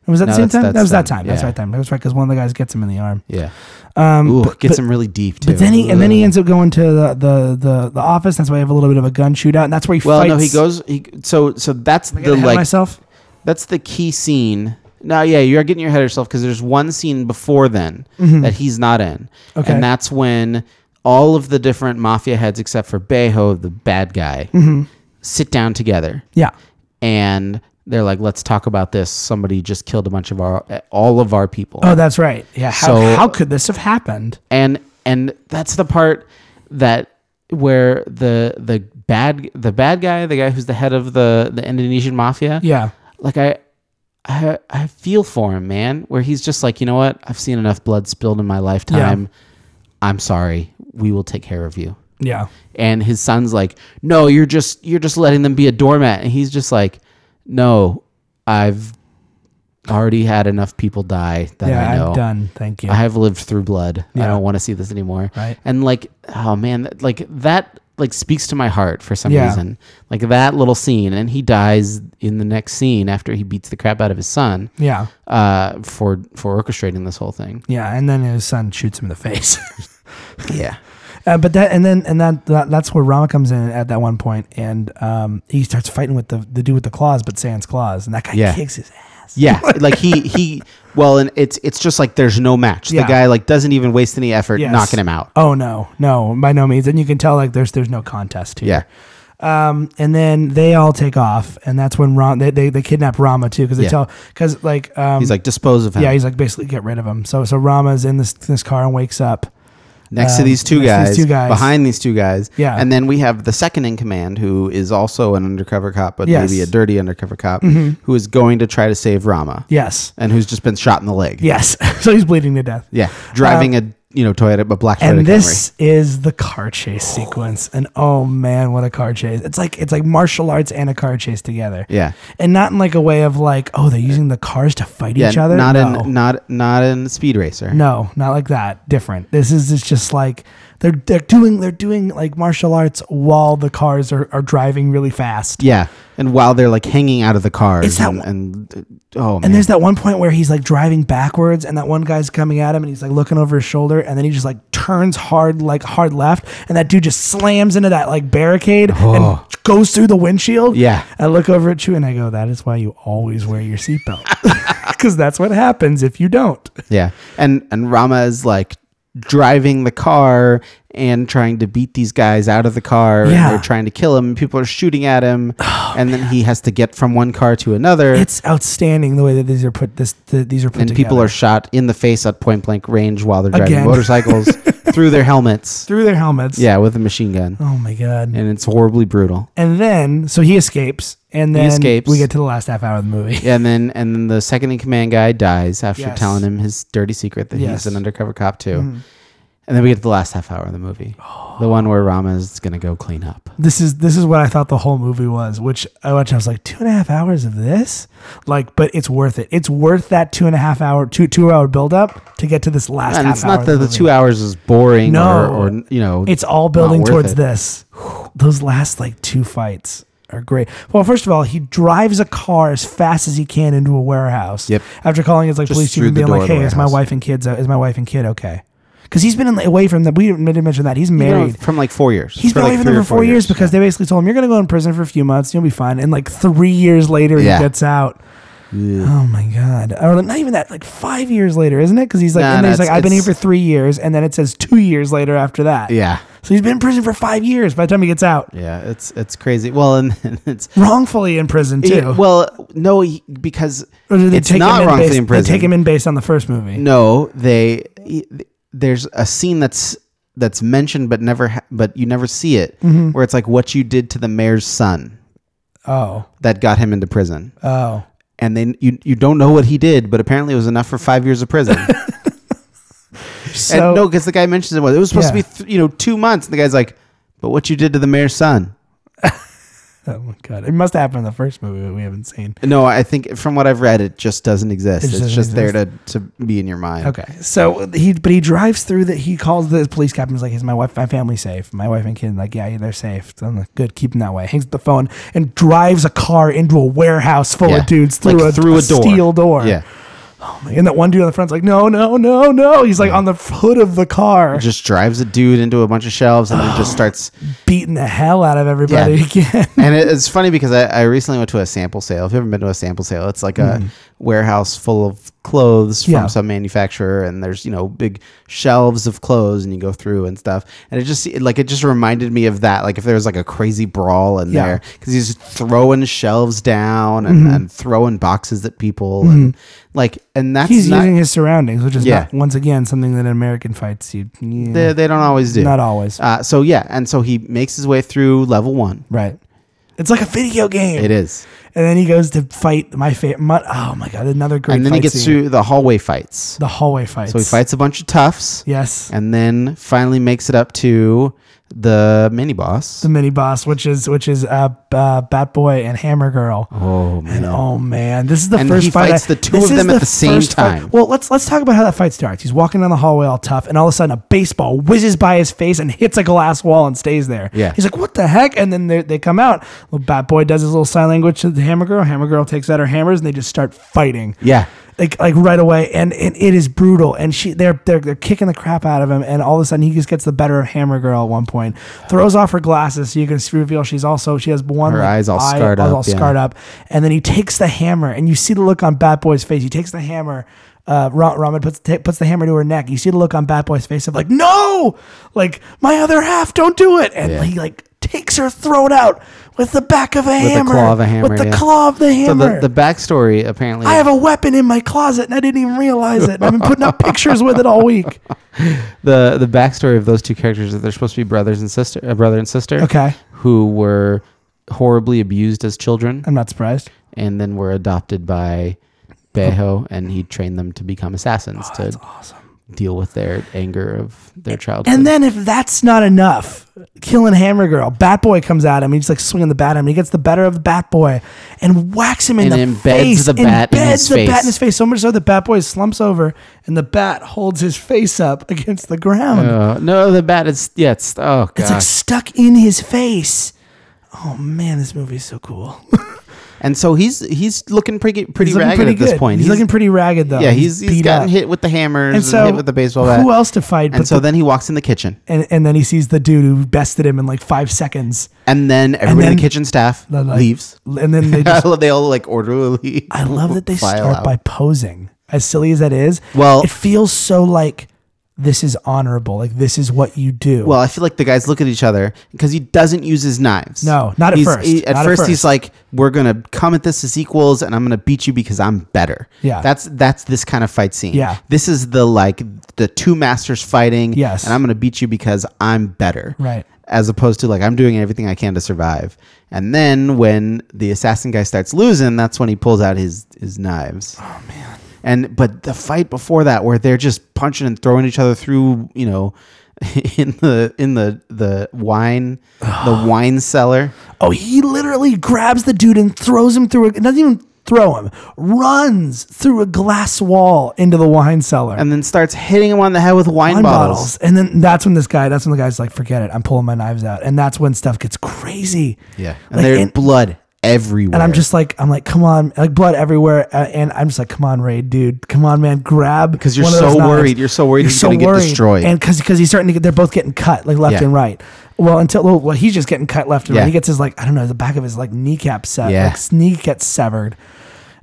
S3: Was that
S2: No,
S3: the same
S2: that's-
S3: time?
S2: that's
S3: That was that
S2: them,
S3: time. That's
S2: yeah.
S3: right time. That was right because one of the guys gets him in the arm.
S2: Yeah.
S3: Um,
S2: Ooh,
S3: but-
S2: gets
S3: but-
S2: him really deep too.
S3: But then he and then he
S2: Ugh.
S3: ends up going to the the the, the office. That's why I have a little bit of a gun shootout, and that's where he
S2: Well,
S3: fights.
S2: no, he goes. He so so that's
S3: I got
S2: the
S3: ahead of
S2: like
S3: myself.
S2: that's the key scene. No, yeah, you're getting your head of yourself because there's one scene before then that he's not in,
S3: Mm-hmm. Okay.
S2: and that's when all of the different mafia heads except for Bejo, the bad guy,
S3: Mm-hmm.
S2: sit down together
S3: Yeah,
S2: and they're like, "Let's talk about this." Somebody just killed a bunch of our eh, all of our people.
S3: Oh, that's right. Yeah. How,
S2: So-
S3: how could this have happened?
S2: and and that's the part that where the the bad the bad guy the guy who's the head of the the Indonesian mafia
S3: Yeah.
S2: like I, I I feel for him man where he's just like you know what I've seen enough blood spilled in my lifetime I'm sorry we will take care of you
S3: Yeah.
S2: and his son's like no you're just you're just letting them be a doormat and he's just like no I've already had enough people die that
S3: Yeah.
S2: I know
S3: I'm done. Thank you.
S2: I have lived through blood. I
S3: Yeah.
S2: don't want to see this anymore.
S3: Right.
S2: And like, oh man, that- like that like speaks to my heart for some
S3: Yeah.
S2: reason. Like that little scene, and he dies in the next scene after he beats the crap out of his son
S3: yeah.
S2: uh, for for orchestrating this whole thing.
S3: Yeah. And then his son shoots him in the face.
S2: Yeah.
S3: Uh, but that and then and that, that that's where Rama comes in at that one point, and um, he starts fighting with the the dude with the claws, but sans claws, and that guy
S2: Yeah.
S3: kicks his ass.
S2: Yeah, like he he. Well, and it's it's just like there's no match.
S3: Yeah.
S2: The guy like doesn't even waste any effort
S3: Yes.
S2: knocking him out.
S3: Oh no, no, by no means. And you can tell like there's there's no contest here.
S2: Yeah.
S3: Um, and then they all take off, and that's when Ram they, they, they kidnap Rama too because they
S2: Yeah.
S3: tell because like um,
S2: He's like dispose of him.
S3: yeah he's like basically get rid of him. So so Rama's in this this car and wakes up.
S2: next
S3: Uh,
S2: to these two
S3: next to
S2: guys,
S3: these two guys.
S2: behind these two guys.
S3: Yeah.
S2: And then we have the second in command, who is also an undercover cop, but
S3: Yes. Mm-hmm.
S2: maybe a dirty undercover cop, who is going to try to save Rama
S3: Yes,
S2: and who's just been shot in the leg.
S3: yes. so he's bleeding to death.
S2: Yeah. Driving a, you know, Toyota, but black Toyota
S3: Um, and
S2: Camry.
S3: this is the car chase sequence and oh man what a car chase it's like it's like martial arts and a car chase together
S2: Yeah.
S3: and not in like a way of like oh they're using the cars to fight
S2: Yeah.
S3: each other
S2: Not
S3: no.
S2: in, not, not in Speed Racer.
S3: no not like that different this is it's just like they're they're doing they're doing like martial arts while the cars are, are driving really fast
S2: Yeah. And while they're like hanging out of the cars
S3: It's that
S2: and,
S3: one-
S2: and, oh, man.
S3: And there's that one point where he's like driving backwards, and that one guy's coming at him, and he's like looking over his shoulder, and then he just like turns hard, like hard left, and that dude just slams into that like barricade
S2: Oh.
S3: and goes through the windshield.
S2: Yeah.
S3: I look over at you and I go, "That is why you always wear your seatbelt, because that's what happens if you don't."
S2: Yeah. And and Rama is like driving the car and trying to beat these guys out of the car
S3: Yeah. Oh,
S2: and they're trying to kill him and people are shooting at him and then he has to get from one car to another
S3: It's outstanding the way that these are put. This the, these are put
S2: and people
S3: together.
S2: are shot in the face at point blank range while they're driving
S3: Again.
S2: motorcycles through their helmets
S3: through their helmets.
S2: yeah with a machine gun
S3: Oh my god.
S2: and it's horribly brutal
S3: And then so he escapes, and then
S2: escapes.
S3: we get to the last half hour of the movie.
S2: and then and then the second in command guy dies after
S3: Yes.
S2: telling him his dirty secret that
S3: Yes. Mm-hmm.
S2: he's an undercover cop too and then we get to the last half hour of the movie
S3: Oh.
S2: the one where Rama is gonna go clean up
S3: this is this is what I thought the whole movie was, which I watched. I was like, two and a half hours of this, like, but it's worth it. It's worth that two and a half hour, two two hour build up to get to this last.
S2: and
S3: half
S2: it's
S3: hour
S2: not
S3: of
S2: that
S3: the
S2: the
S3: movie.
S2: two hours is boring
S3: No.
S2: or, or you know
S3: It's all building
S2: worth
S3: towards
S2: it.
S3: this. Those last like two fights are great. Well, first of all, he drives a car as fast as he can into a warehouse.
S2: Yep.
S3: After calling his like police chief
S2: through
S3: and
S2: the
S3: being
S2: door
S3: like,
S2: of the
S3: "Hey, is my
S2: warehouse.
S3: wife and kids? uh, Is my wife and kid okay?" Because he's been in, away from the. We didn't mention that he's
S2: you know,
S3: married.
S2: from like four years
S3: He's been away
S2: like
S3: from
S2: three
S3: them
S2: or
S3: for four years, because they basically told him you're going to go in prison for a few months, you'll be fine. And like three years later,
S2: Yeah.
S3: he gets out. Oh my god! Or like, not even that. Like five years later, isn't it? Because he's like,
S2: Nah,
S3: and
S2: nah,
S3: he's like,
S2: it's-
S3: I've been here for
S2: it's-
S3: three years, and then it says two years later after that.
S2: yeah
S3: So he's been in prison for five years by the time he gets out,
S2: yeah it's it's crazy well and then it's
S3: wrongfully in prison too.
S2: it- well no he- because
S3: or do they
S2: it's
S3: take
S2: not
S3: him in
S2: wrongfully
S3: based,
S2: in prison.
S3: They take him in based on the first movie.
S2: no they e, there's a scene that's that's mentioned but never ha- but you never see it
S3: Mm-hmm.
S2: where it's like what you did to the mayor's son
S3: Oh,
S2: that got him into prison
S3: oh,
S2: and then you you don't know what he did, but apparently it was enough for five years of prison.
S3: So
S2: and no, because the guy mentions it was it was supposed
S3: Yeah.
S2: to be th- you know two months, and the guy's like, "But what you did to the mayor's son?"
S3: oh my god, it must happen in the first movie that we haven't seen.
S2: No, I think from what I've read, it just doesn't exist.
S3: It just
S2: it's
S3: doesn't
S2: just there to, to be in your mind.
S3: Okay, so he but he drives through that. He calls the police captain. He's like, "Is my wife, my family safe? My wife and kid?" Like, yeah, yeah, they're safe. So I'm like, good, keep them that way. Hangs up the phone and drives a car into a warehouse full
S2: Yeah.
S3: of dudes through
S2: Like,
S3: a through a, steel door.
S2: Yeah,
S3: and that one dude on the front's like, "No, no, no, no!" He's like on the hood of the car,
S2: just drives a dude into a bunch of shelves and then just starts.
S3: beating the hell out of everybody
S2: Yeah.
S3: again.
S2: And it, it's funny because I, I recently went to a sample sale. If you've ever been to a sample sale, it's like a warehouse full of clothes from
S3: Mm-hmm. Yeah.
S2: some manufacturer, and there's you know big shelves of clothes, and you go through and stuff. And it just it- like it just reminded me of that. Like if there was like a crazy brawl in
S3: Yeah. Mm-hmm.
S2: there, because he's throwing shelves down and, and throwing boxes at people, and like and that's
S3: He's
S2: not
S3: using his surroundings, which is
S2: Yeah.
S3: not, once again something that in American fights you yeah,
S2: they, they don't always do.
S3: not always
S2: Uh, so yeah, and so he makes his way through level one.
S3: right. It's like a video game,
S2: It is,
S3: and then he goes to fight my favorite. Oh my god, another great.
S2: and then he
S3: fight
S2: gets
S3: scene.
S2: through the hallway fights.
S3: the hallway fights.
S2: So he fights a bunch of toughs,
S3: Yes,
S2: and then finally makes it up to the mini boss.
S3: the mini boss, which is which is uh, uh Bat Boy and Hammer Girl.
S2: Oh man!
S3: And oh man, this is the
S2: And
S3: first
S2: he
S3: fight.
S2: fights the two
S3: this
S2: of
S3: is
S2: them at the same
S3: first fight-
S2: time.
S3: Well, let's let's talk about how that fight starts. He's walking down the hallway all tough, and all of a sudden a baseball whizzes by his face and hits a glass wall and stays there.
S2: Yeah.
S3: he's like, "What the heck?" And then they they come out. Little Bat Boy does his little sign language to the Hammer Girl. Hammer Girl takes out her hammers, and they just start fighting.
S2: Yeah,
S3: Like, like right away, and, and it is brutal. And she, they're, they're they're kicking the crap out of him, and all of a sudden he just gets the better of Hammer Girl at one point. Throws off her glasses, so you can reveal she's also she has one
S2: Her
S3: like,
S2: eyes all
S3: eye-
S2: scarred
S3: all
S2: up,
S3: all
S2: yeah.
S3: scarred up. And then he takes the hammer, and you see the look on Bat Boy's face. He takes the hammer. Uh, Ra- Ramen puts ta puts the hammer to her neck. You see the look on Bat Boy's face of like, no, like my other half, don't do it. And
S2: Yeah.
S3: he like takes her throat out with the back of a
S2: the
S3: hammer,
S2: claw of a hammer,
S3: with the
S2: yeah.
S3: claw of the
S2: so
S3: hammer.
S2: the, the backstory apparently
S3: I have a weapon in my closet and I didn't even realize it. And I've been putting up pictures with it all week.
S2: the the backstory of those two characters is that they're supposed to be brothers and sister, a brother and sister,
S3: Okay.
S2: who were horribly abused as children
S3: I'm not surprised.
S2: and then were adopted by Beho, and he trained them to become assassins to
S3: Oh, Awesome.
S2: deal with their anger of their childhood.
S3: And then if that's not enough, killing Hammer Girl, Bat Boy comes at him. He's like swinging the bat at him. He gets the better of the Bat Boy and whacks him in
S2: And
S3: the
S2: embeds
S3: face.
S2: the bat in
S3: embeds
S2: his
S3: the bat
S2: face.
S3: in his face. So much so that Bat Boy slumps over and the bat holds his face up against the ground.
S2: Uh, no, the bat is yeah. It's oh
S3: it's like
S2: god.
S3: stuck in his face. Oh man, this movie is so cool.
S2: And so he's he's looking pretty pretty
S3: He's looking
S2: ragged
S3: pretty
S2: at this
S3: good.
S2: point.
S3: He's, looking pretty ragged though.
S2: yeah. He's he's
S3: beat
S2: gotten
S3: up.
S2: hit with the hammers and,
S3: and so
S2: hit with the baseball bat.
S3: Who else to fight?
S2: and
S3: But
S2: so
S3: the,
S2: then he walks in the kitchen,
S3: and, and then he sees the dude who bested him in like five seconds,
S2: and then everyone in
S3: then
S2: the kitchen staff
S3: they're like-
S2: leaves.
S3: and then they just.
S2: I love they all like orderly.
S3: I love that they
S2: file
S3: start
S2: out.
S3: by posing. As silly as that is,
S2: Well-
S3: it feels so like this is honorable. Like this is what you do.
S2: Well, I feel like the guys look at each other because he doesn't use his knives.
S3: No, not at
S2: He's-
S3: first.
S2: he- at,
S3: Not at
S2: first,
S3: first.
S2: he's like, "We're gonna come at this as equals, and I'm gonna beat you because I'm better."
S3: Yeah.
S2: that's that's this kind of fight scene.
S3: Yeah.
S2: this is the like the two masters fighting.
S3: Yes.
S2: and I'm gonna beat you because I'm better.
S3: Right.
S2: As opposed to like I'm doing everything I can to survive, and then when the assassin guy starts losing, that's when he pulls out his his knives.
S3: Oh,
S2: And but the fight before that, where they're just punching and throwing each other through, you know, in the in the the wine the wine cellar.
S3: oh, he literally grabs the dude and throws him through. A, doesn't even throw him. Runs through a glass wall into the wine cellar.
S2: and then starts hitting him on the head with wine,
S3: wine
S2: bottles.
S3: bottles. And then that's when this guy, that's when the guy's like, forget it, I'm pulling my knives out. And that's when stuff gets crazy.
S2: and
S3: Like,
S2: there's
S3: and,
S2: blood everywhere.
S3: and I'm just like, I'm like, come on, like blood everywhere. Uh, and I'm just like, come on, Ray, dude, come on, man, grab.
S2: because you're
S3: one of those
S2: so
S3: knives.
S2: worried. You're so worried he's gonna get destroyed.
S3: And because he's starting to get, they're both getting cut like left
S2: Yeah.
S3: and right. Well, until well, well, he's just getting cut left and
S2: Yeah.
S3: right. He gets his like I don't know the back of his like kneecap set.
S2: Yeah.
S3: Like knee gets severed.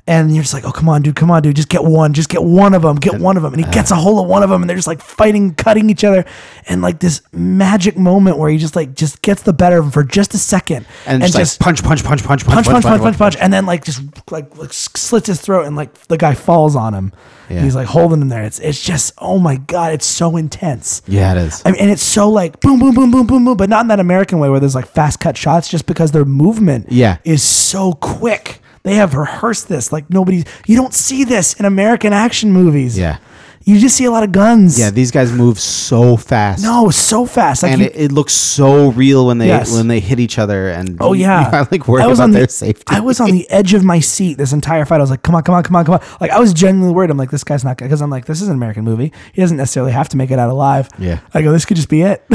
S3: And you're just like, oh come on, dude, come on, dude, just get one, just get one of them, get one of them,
S2: uh,
S3: and he gets a hold of one of them, and they're just like fighting, cutting each other, and like this magic moment where he just like just gets the better of him for just a second,
S2: and, just, like punch, punch, punch, punch,
S3: punch, punch, punch, punch, punch, and then like just like, like slits his throat, and like the guy falls on him.
S2: Yeah.
S3: He's like holding him there. It's it's just oh my god, it's so intense.
S2: Yeah, it is.
S3: I mean, and it's so like boom, boom, boom, boom, boom, boom, but not in that American way where there's like fast cut shots, just because their movement
S2: Yeah.
S3: is so quick They have rehearsed this. Like nobody's. You don't see this in American action movies.
S2: Yeah.
S3: You just see a lot of guns.
S2: Yeah, these guys move so fast.
S3: No, so fast. Like
S2: And
S3: you-
S2: it, it looks so real when they
S3: Yes.
S2: when they hit each other and
S3: Oh yeah,
S2: I like worried about
S3: on
S2: their
S3: the,
S2: safety.
S3: I was on the edge of my seat this entire fight. I was like, "Come on, come on, come on, come on!" Like I was genuinely worried. I'm like, "This guy's not," because I'm like, "This is an American movie. He doesn't necessarily have to make it out alive."
S2: Yeah.
S3: I go, "This could just be it."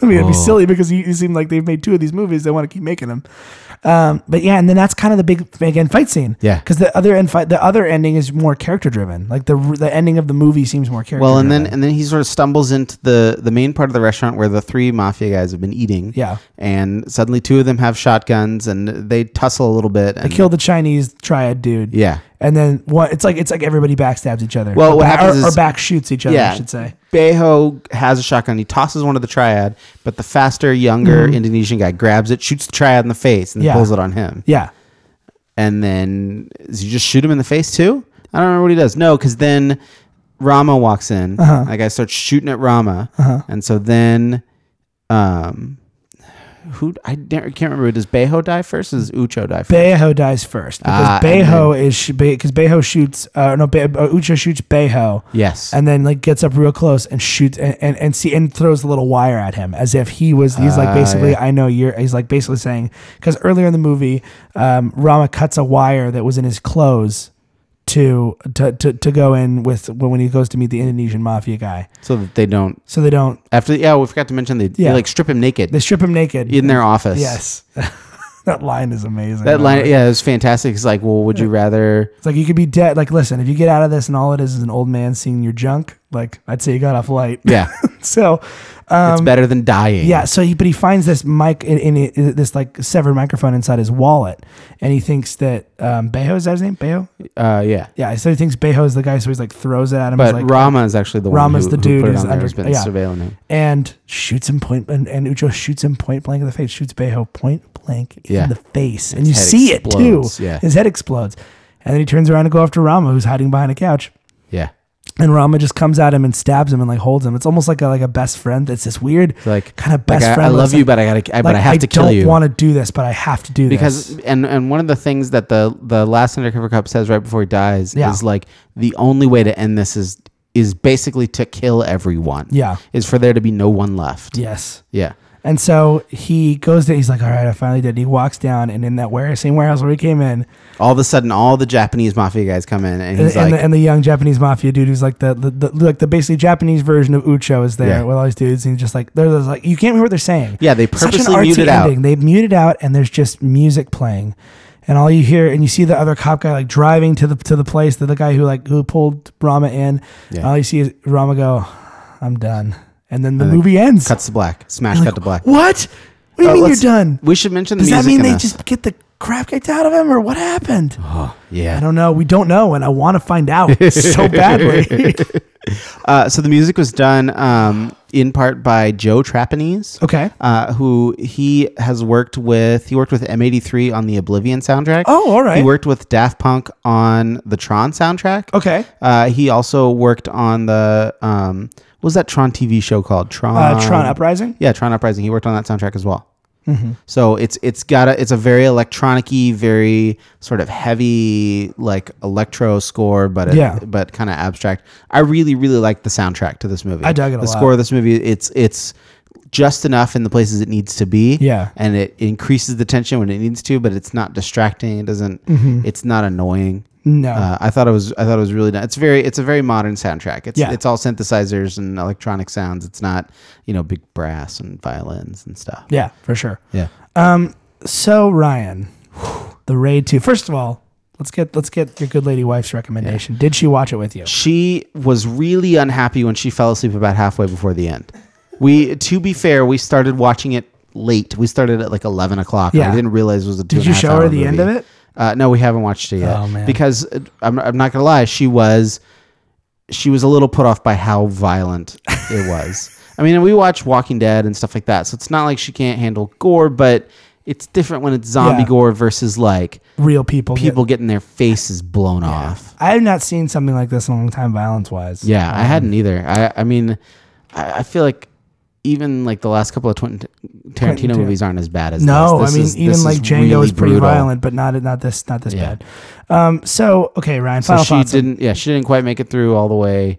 S3: I mean, it'd
S2: Oh.
S3: be silly because you, you seem like they've made two of these movies. They want to keep making them. Um, but yeah, and then that's kind of the big big end fight scene.
S2: Yeah.
S3: because the other end fight, the other ending is more character driven. Like the the ending of the movie seems more character.
S2: well, and then and then he sort of stumbles into the the main part of the restaurant where the three mafia guys have been eating.
S3: Yeah.
S2: and suddenly two of them have shotguns and they tussle a little bit. And,
S3: they kill the Chinese triad dude.
S2: Yeah,
S3: And then what? It's like it's like everybody backstabs each other.
S2: Well,
S3: or
S2: what
S3: ba-
S2: happens
S3: or,
S2: is-
S3: or back shoots each other.
S2: yeah.
S3: I should say.
S2: Bejo has a shotgun. He tosses one to the triad, but the faster, younger Indonesian guy grabs it, shoots the triad in the face, and
S3: Mm-hmm. Yeah.
S2: pulls it on him.
S3: Yeah.
S2: and then does he just shoot him in the face too? I don't remember what he does. No, because then Rama walks in.
S3: Uh-huh.
S2: That guy starts shooting at Rama, and so then, um, who I don't- I can't remember. Does Bejo die first? Or does Ucho die first?
S3: Bejo dies first because
S2: Ah, and
S3: Bejo is because Bejo shoots uh, no Be- uh, Ucho shoots Bejo
S2: yes.
S3: and then like gets up real close and shoots and, and and see and throws a little wire at him as if he was he's like
S2: Ah,
S3: basically
S2: yeah.
S3: I know you're he's like basically saying because earlier in the movie um, Rama cuts a wire that was in his clothes to to to, to go in with when he goes to meet the Indonesian mafia guy
S2: so that they don't
S3: so they don't
S2: after. Yeah, we forgot to mention they, they
S3: Yeah.
S2: like strip him naked
S3: they strip him naked
S2: in their office.
S3: yes Oh, that line is amazing
S2: That line, yeah, it was fantastic. It's like, well, would you rather?
S3: It's like you could be dead. Like, listen, if you get out of this and all it is is an old man seeing your junk, like I'd say you got off light.
S2: Yeah,
S3: so,
S2: it's better than dying.
S3: Um, yeah. So he, but he finds this mic in, in, in this like severed microphone inside his wallet, and he thinks that um, Bejo is that his name? Bejo.
S2: uh, yeah.
S3: Yeah. So he thinks Bejo is the guy. So he's like throws it at him. he's
S2: But
S3: like,
S2: Rama is actually the
S3: Rama's
S2: one who,
S3: the
S2: who
S3: dude
S2: put it
S3: who's
S2: on there,
S3: under-
S2: has been
S3: yeah.
S2: surveilling him.
S3: and shoots him point and, and Ucho shoots him point blank in the face, shoots Bejo point blank
S2: Yeah.
S3: in the face. And you
S2: head
S3: see
S2: explodes,
S3: it too.
S2: yeah.
S3: His head explodes. And then he turns around to go after Rama, who's hiding behind a couch.
S2: Yeah,
S3: And Rama just comes at him and stabs him and like holds him. It's almost like a like a best friend. It's this weird
S2: It's like
S3: kind of
S2: like,
S3: best
S2: I-
S3: friend.
S2: I,
S3: where
S2: love
S3: it's
S2: you,
S3: like-
S2: but I gotta. I, but I have to kill you
S3: don't want to do this, but I have to do this
S2: because and and one of the things that the the last undercover cop says right before he dies
S3: Yeah.
S2: is like the only way to end this is is basically to kill everyone.
S3: yeah,
S2: is for there to be no one left.
S3: yes.
S2: Yeah.
S3: And so he goes there. He's like, "All right, I finally did." And he walks down, and in that warehouse, same warehouse where he came in,
S2: All of a sudden, all the Japanese mafia guys come in, and
S3: and,
S2: he's
S3: and
S2: like,
S3: the, and the young Japanese mafia dude who's like the, the, the like the basically Japanese version of Ucho is there
S2: Yeah.
S3: with all these dudes, and he's just like they're just like you can't hear what they're saying.
S2: Yeah, they
S3: Such an
S2: purposely
S3: artsy
S2: muted out.
S3: They muted out, and there's just music playing, and all you hear, and you see the other cop guy like driving to the to the place that the guy who like who pulled Rama in.
S2: Yeah.
S3: All you see is Rama go, "I'm done," and then the movie ends.
S2: "Cuts to black, smash, cut to black."
S3: What? What do you
S2: Uh,
S3: mean you're
S2: let's-
S3: done?
S2: We should mention the
S3: Does that
S2: music. in
S3: mean
S2: Oh,
S3: they
S2: this.
S3: just get the crap kicked out of him, or what happened?
S2: yeah.
S3: I don't know. We don't know, and I want to find out so badly.
S2: Uh, so the music was done um, in part by Joe Trapanese.
S3: Okay.
S2: Uh, who he has worked with. He worked with M83 on the Oblivion soundtrack.
S3: Oh, all right.
S2: He worked with Daft Punk on the Tron soundtrack.
S3: Okay.
S2: Uh, he also worked on the, um, what was that Tron TV show called? Tron.
S3: Uh, Tron Uprising.
S2: Um,
S3: Mm-hmm.
S2: Yeah, Tron Uprising. He worked on that soundtrack as well. So it's it's got a it's a very electronic-y, very sort of heavy like electro score, but it,
S3: Yeah.
S2: but kind of abstract. I really really like the soundtrack to this movie.
S3: I dug it a
S2: The
S3: lot.
S2: score of this movie it's it's just enough in the places it needs to be.
S3: Yeah.
S2: and it increases the tension when it needs to, but it's not distracting. It doesn't.
S3: Mm-hmm.
S2: It's not annoying.
S3: No.
S2: Uh, I thought it was. I thought it was really. Nice. It's very. It's a very modern soundtrack. It's
S3: Yeah.
S2: it's all synthesizers and electronic sounds. It's not you know big brass and violins and stuff.
S3: yeah, for sure.
S2: Yeah.
S3: Um. So Ryan, the raid two. First of all, let's get let's get your good lady wife's recommendation. Did she watch it with you?
S2: She was really unhappy when she fell asleep about halfway before the end. We to be fair, we started watching it late. We started at like eleven o'clock.
S3: Yeah.
S2: I didn't realize it was a two.
S3: Did
S2: and a
S3: you
S2: half
S3: show
S2: hour
S3: her the end
S2: movie.
S3: of it?
S2: Uh, no, we haven't watched it yet.
S3: Oh, man.
S2: Because uh, I'm, I'm not gonna lie, she was she was a little put off by how violent it was. I mean, we watch Walking Dead and stuff like that, so it's not like she can't handle gore, but it's different when it's zombie
S3: Yeah.
S2: gore versus like
S3: Real people. get-
S2: people getting their faces blown off.
S3: I have not seen
S2: Um,
S3: something like this in a long time, violence wise.
S2: Yeah, I hadn't either. I I mean, I, I feel like even like the last couple of Twin
S3: Quentin
S2: Tarantino
S3: Tarantino.
S2: movies aren't as bad as
S3: No,
S2: This. This
S3: I mean
S2: is- this
S3: even like Django
S2: really
S3: is pretty
S2: brutal.
S3: violent, but not not this not this
S2: Yeah.
S3: bad. Um, so okay, Ryan.
S2: So
S3: Final
S2: she
S3: thoughts.
S2: didn't. Yeah, she didn't quite make it through all the way,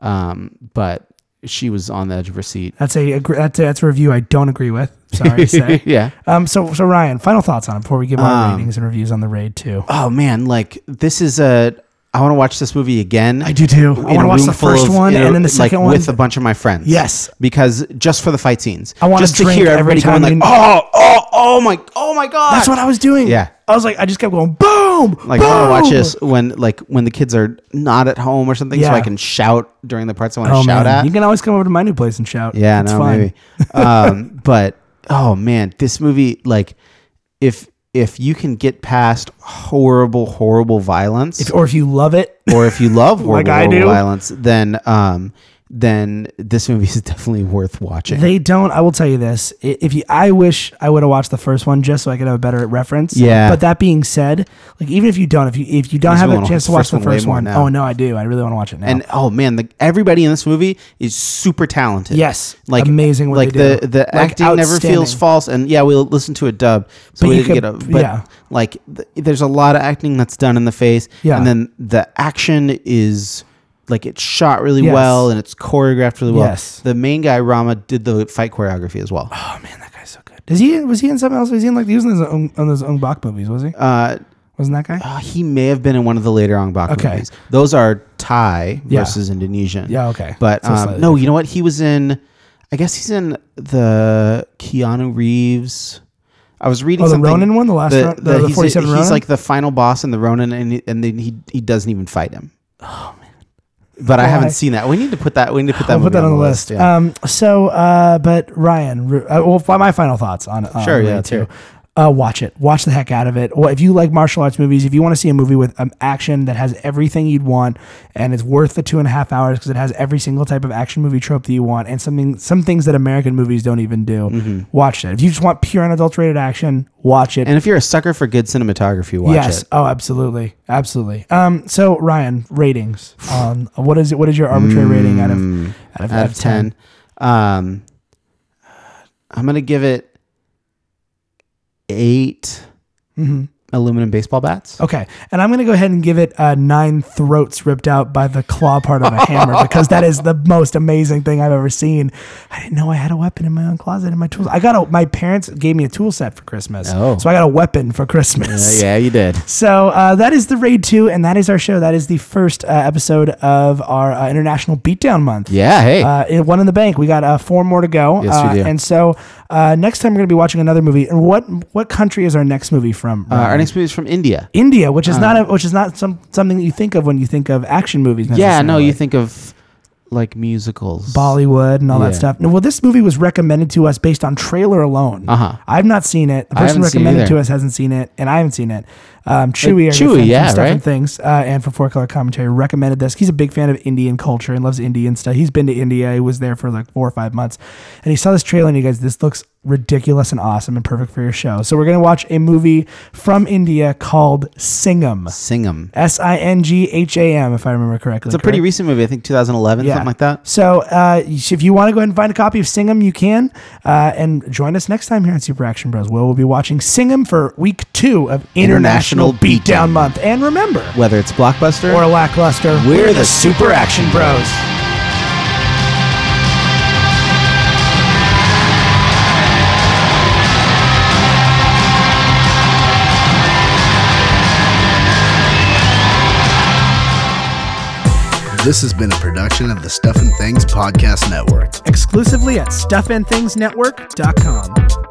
S2: um, but she was on the edge of her seat.
S3: That's a agr- that's a, that's a review I don't agree with. Sorry to say.
S2: yeah.
S3: Um, so so Ryan, final thoughts on it before we give our
S2: Um,
S3: ratings and reviews on the raid too.
S2: Oh man, like this is a. I want to watch this movie again.
S3: I do too. I
S2: in
S3: want
S2: a
S3: to watch
S2: room
S3: the
S2: full
S3: first
S2: of-
S3: one
S2: in a-
S3: and then the
S2: like,
S3: second one.
S2: with a bunch of my friends.
S3: Yes.
S2: because just for the fight scenes,
S3: I wanna
S2: just to
S3: drink
S2: hear
S3: every
S2: everybody going
S3: time
S2: like,
S3: you-
S2: oh, oh, oh my, oh my god.
S3: that's what I was doing.
S2: Yeah.
S3: I was like, I just kept going boom.
S2: like
S3: boom!
S2: I want to watch this when like when the kids are not at home or something, so
S3: Yeah.
S2: I can shout during the parts I want to
S3: Oh,
S2: shout
S3: man.
S2: at.
S3: You can always come over to my new place and shout.
S2: Yeah,
S3: it's
S2: no,
S3: fine.
S2: maybe. um, but oh man, this movie, like, if if you can get past horrible, horrible violence,
S3: If, or if you love it,
S2: or if you love horrible,
S3: Like I
S2: horrible
S3: do.
S2: violence, then um, then this movie is definitely worth watching.
S3: They don't. I will tell you this. I- If you, I wish I would have watched the first one just so I could have a better reference.
S2: Yeah.
S3: But that being said, like even if you don't, if you if you don't
S2: I
S3: have
S2: still
S3: a
S2: wanna
S3: chance to watch
S2: watch the first
S3: the
S2: one way
S3: first
S2: more
S3: one,
S2: now.
S3: oh no, I do. I really want to watch it now.
S2: and oh man, the, everybody in this movie is super talented.
S3: yes, like amazing. What
S2: like
S3: they do.
S2: the the
S3: Like,
S2: acting never feels
S3: outstanding.
S2: false, and yeah, we'll listen to a dub, so
S3: But
S2: we
S3: you
S2: didn't
S3: could-
S2: get a but
S3: yeah.
S2: like th- there's a lot of acting that's done in the face,
S3: Yeah.
S2: and then the action is like it's shot really
S3: Yes.
S2: well and it's choreographed really well.
S3: Yes.
S2: The main guy Rama did the fight choreography as well.
S3: Oh man, that guy's so good. Is he? Was he in something else? Was he in like he was in his own, on those own Bach movies? Was he?
S2: Uh,
S3: Wasn't that guy?
S2: uh, he may have been in one of the later Ong Bak
S3: Okay.
S2: movies. Those are Thai
S3: Yeah.
S2: versus Indonesian.
S3: Yeah. Okay.
S2: But
S3: So
S2: um,
S3: slightly
S2: no, you know what? He was in. I guess he's in the Keanu Reeves. I was reading
S3: Oh, the
S2: something.
S3: Ronin one, the last Ron- the- the
S2: he's,
S3: 47
S2: he's
S3: Ronin?
S2: like the final boss in the Ronin, and he, and then he he doesn't even fight him. Oh man! But I
S3: Why?
S2: haven't seen that. We need to put that. We need to put that.
S3: I'll put
S2: movie
S3: that on the list.
S2: Yeah.
S3: Um, so, uh, but Ryan, re- uh, well, fi- my final thoughts on on
S2: Sure,
S3: Raid
S2: yeah, let's hear
S3: 2.
S2: it.
S3: Uh, watch it. Watch the heck out of it. Well, if you like martial arts movies, if you want to see a movie with um, action that has everything you'd want, and it's worth the two and a half hours because it has every single type of action movie trope that you want, and something some things that American movies don't even do. Watch it. If you just want pure unadulterated action, watch it.
S2: Mm-hmm. and if you're a sucker for good cinematography, watch
S3: yes.
S2: it.
S3: Oh, absolutely, absolutely. Um. So Ryan, ratings. Um. What is it? What is your arbitrary rating out of
S2: Mm,
S3: out of,
S2: out of ten, um, I'm gonna give it eight Mm-hmm.
S3: Mhm.
S2: aluminum baseball bats.
S3: Okay, and I'm going to go ahead and give it uh, nine throats ripped out by the claw part of a hammer because that is the most amazing thing I've ever seen. I didn't know I had a weapon in my own closet in my tools. I got a my parents gave me a tool set for Christmas,
S2: Oh.
S3: so I got a weapon for Christmas.
S2: yeah, you did.
S3: So uh, that is the raid two, and that is our show. That is the first uh, episode of our uh, international beatdown month.
S2: Yeah, hey.
S3: Uh, it- one in the bank. We got uh, four more to go.
S2: Yes, we
S3: Uh,
S2: do.
S3: And so uh, next time we're going to be watching another movie. And what what country is our next movie from?
S2: Uh, our
S3: Ryan?
S2: next movie is from India.
S3: India, which is
S2: Uh-huh.
S3: not a, which is not some something that you think of when you think of action movies.
S2: Yeah, no,
S3: necessarily.
S2: you think of like musicals.
S3: Bollywood and all that
S2: Yeah.
S3: stuff. No, well, this movie was recommended to us based on trailer alone.
S2: Uh huh.
S3: I've not seen it. The
S2: I
S3: person
S2: haven't seen it
S3: recommended to
S2: either.
S3: us hasn't seen it, and I haven't seen it. Um, Chewy,
S2: Like,
S3: our good
S2: Chewy,
S3: friend from
S2: yeah,
S3: Stuff and
S2: right?
S3: Things, uh, and from Four Color Commentary, recommended this. He's a big fan of Indian culture and loves Indian stuff. He's been to India. He was there for like four or five months, and he saw this trailer, and he goes, "This looks ridiculous and awesome and perfect for your show." So we're gonna watch a movie from India called Singham.
S2: Sing them.
S3: S I N G H A M, if I remember correctly.
S2: It's a pretty
S3: correct?
S2: recent movie, I think 2011, something like that.
S3: So, uh, if you want to go ahead and find a copy of Singham, you can. Uh, and join us next time here on Super Action Bros. Where we'll be watching Singham for week two of
S2: International
S3: International, Beatdown Month. And remember,
S2: Whether it's blockbuster
S3: or lackluster,
S2: We're the Super Action Bros.
S1: This has been a production of the Stuff and Things Podcast Network.
S3: Exclusively at StuffAndThingsNetwork.com.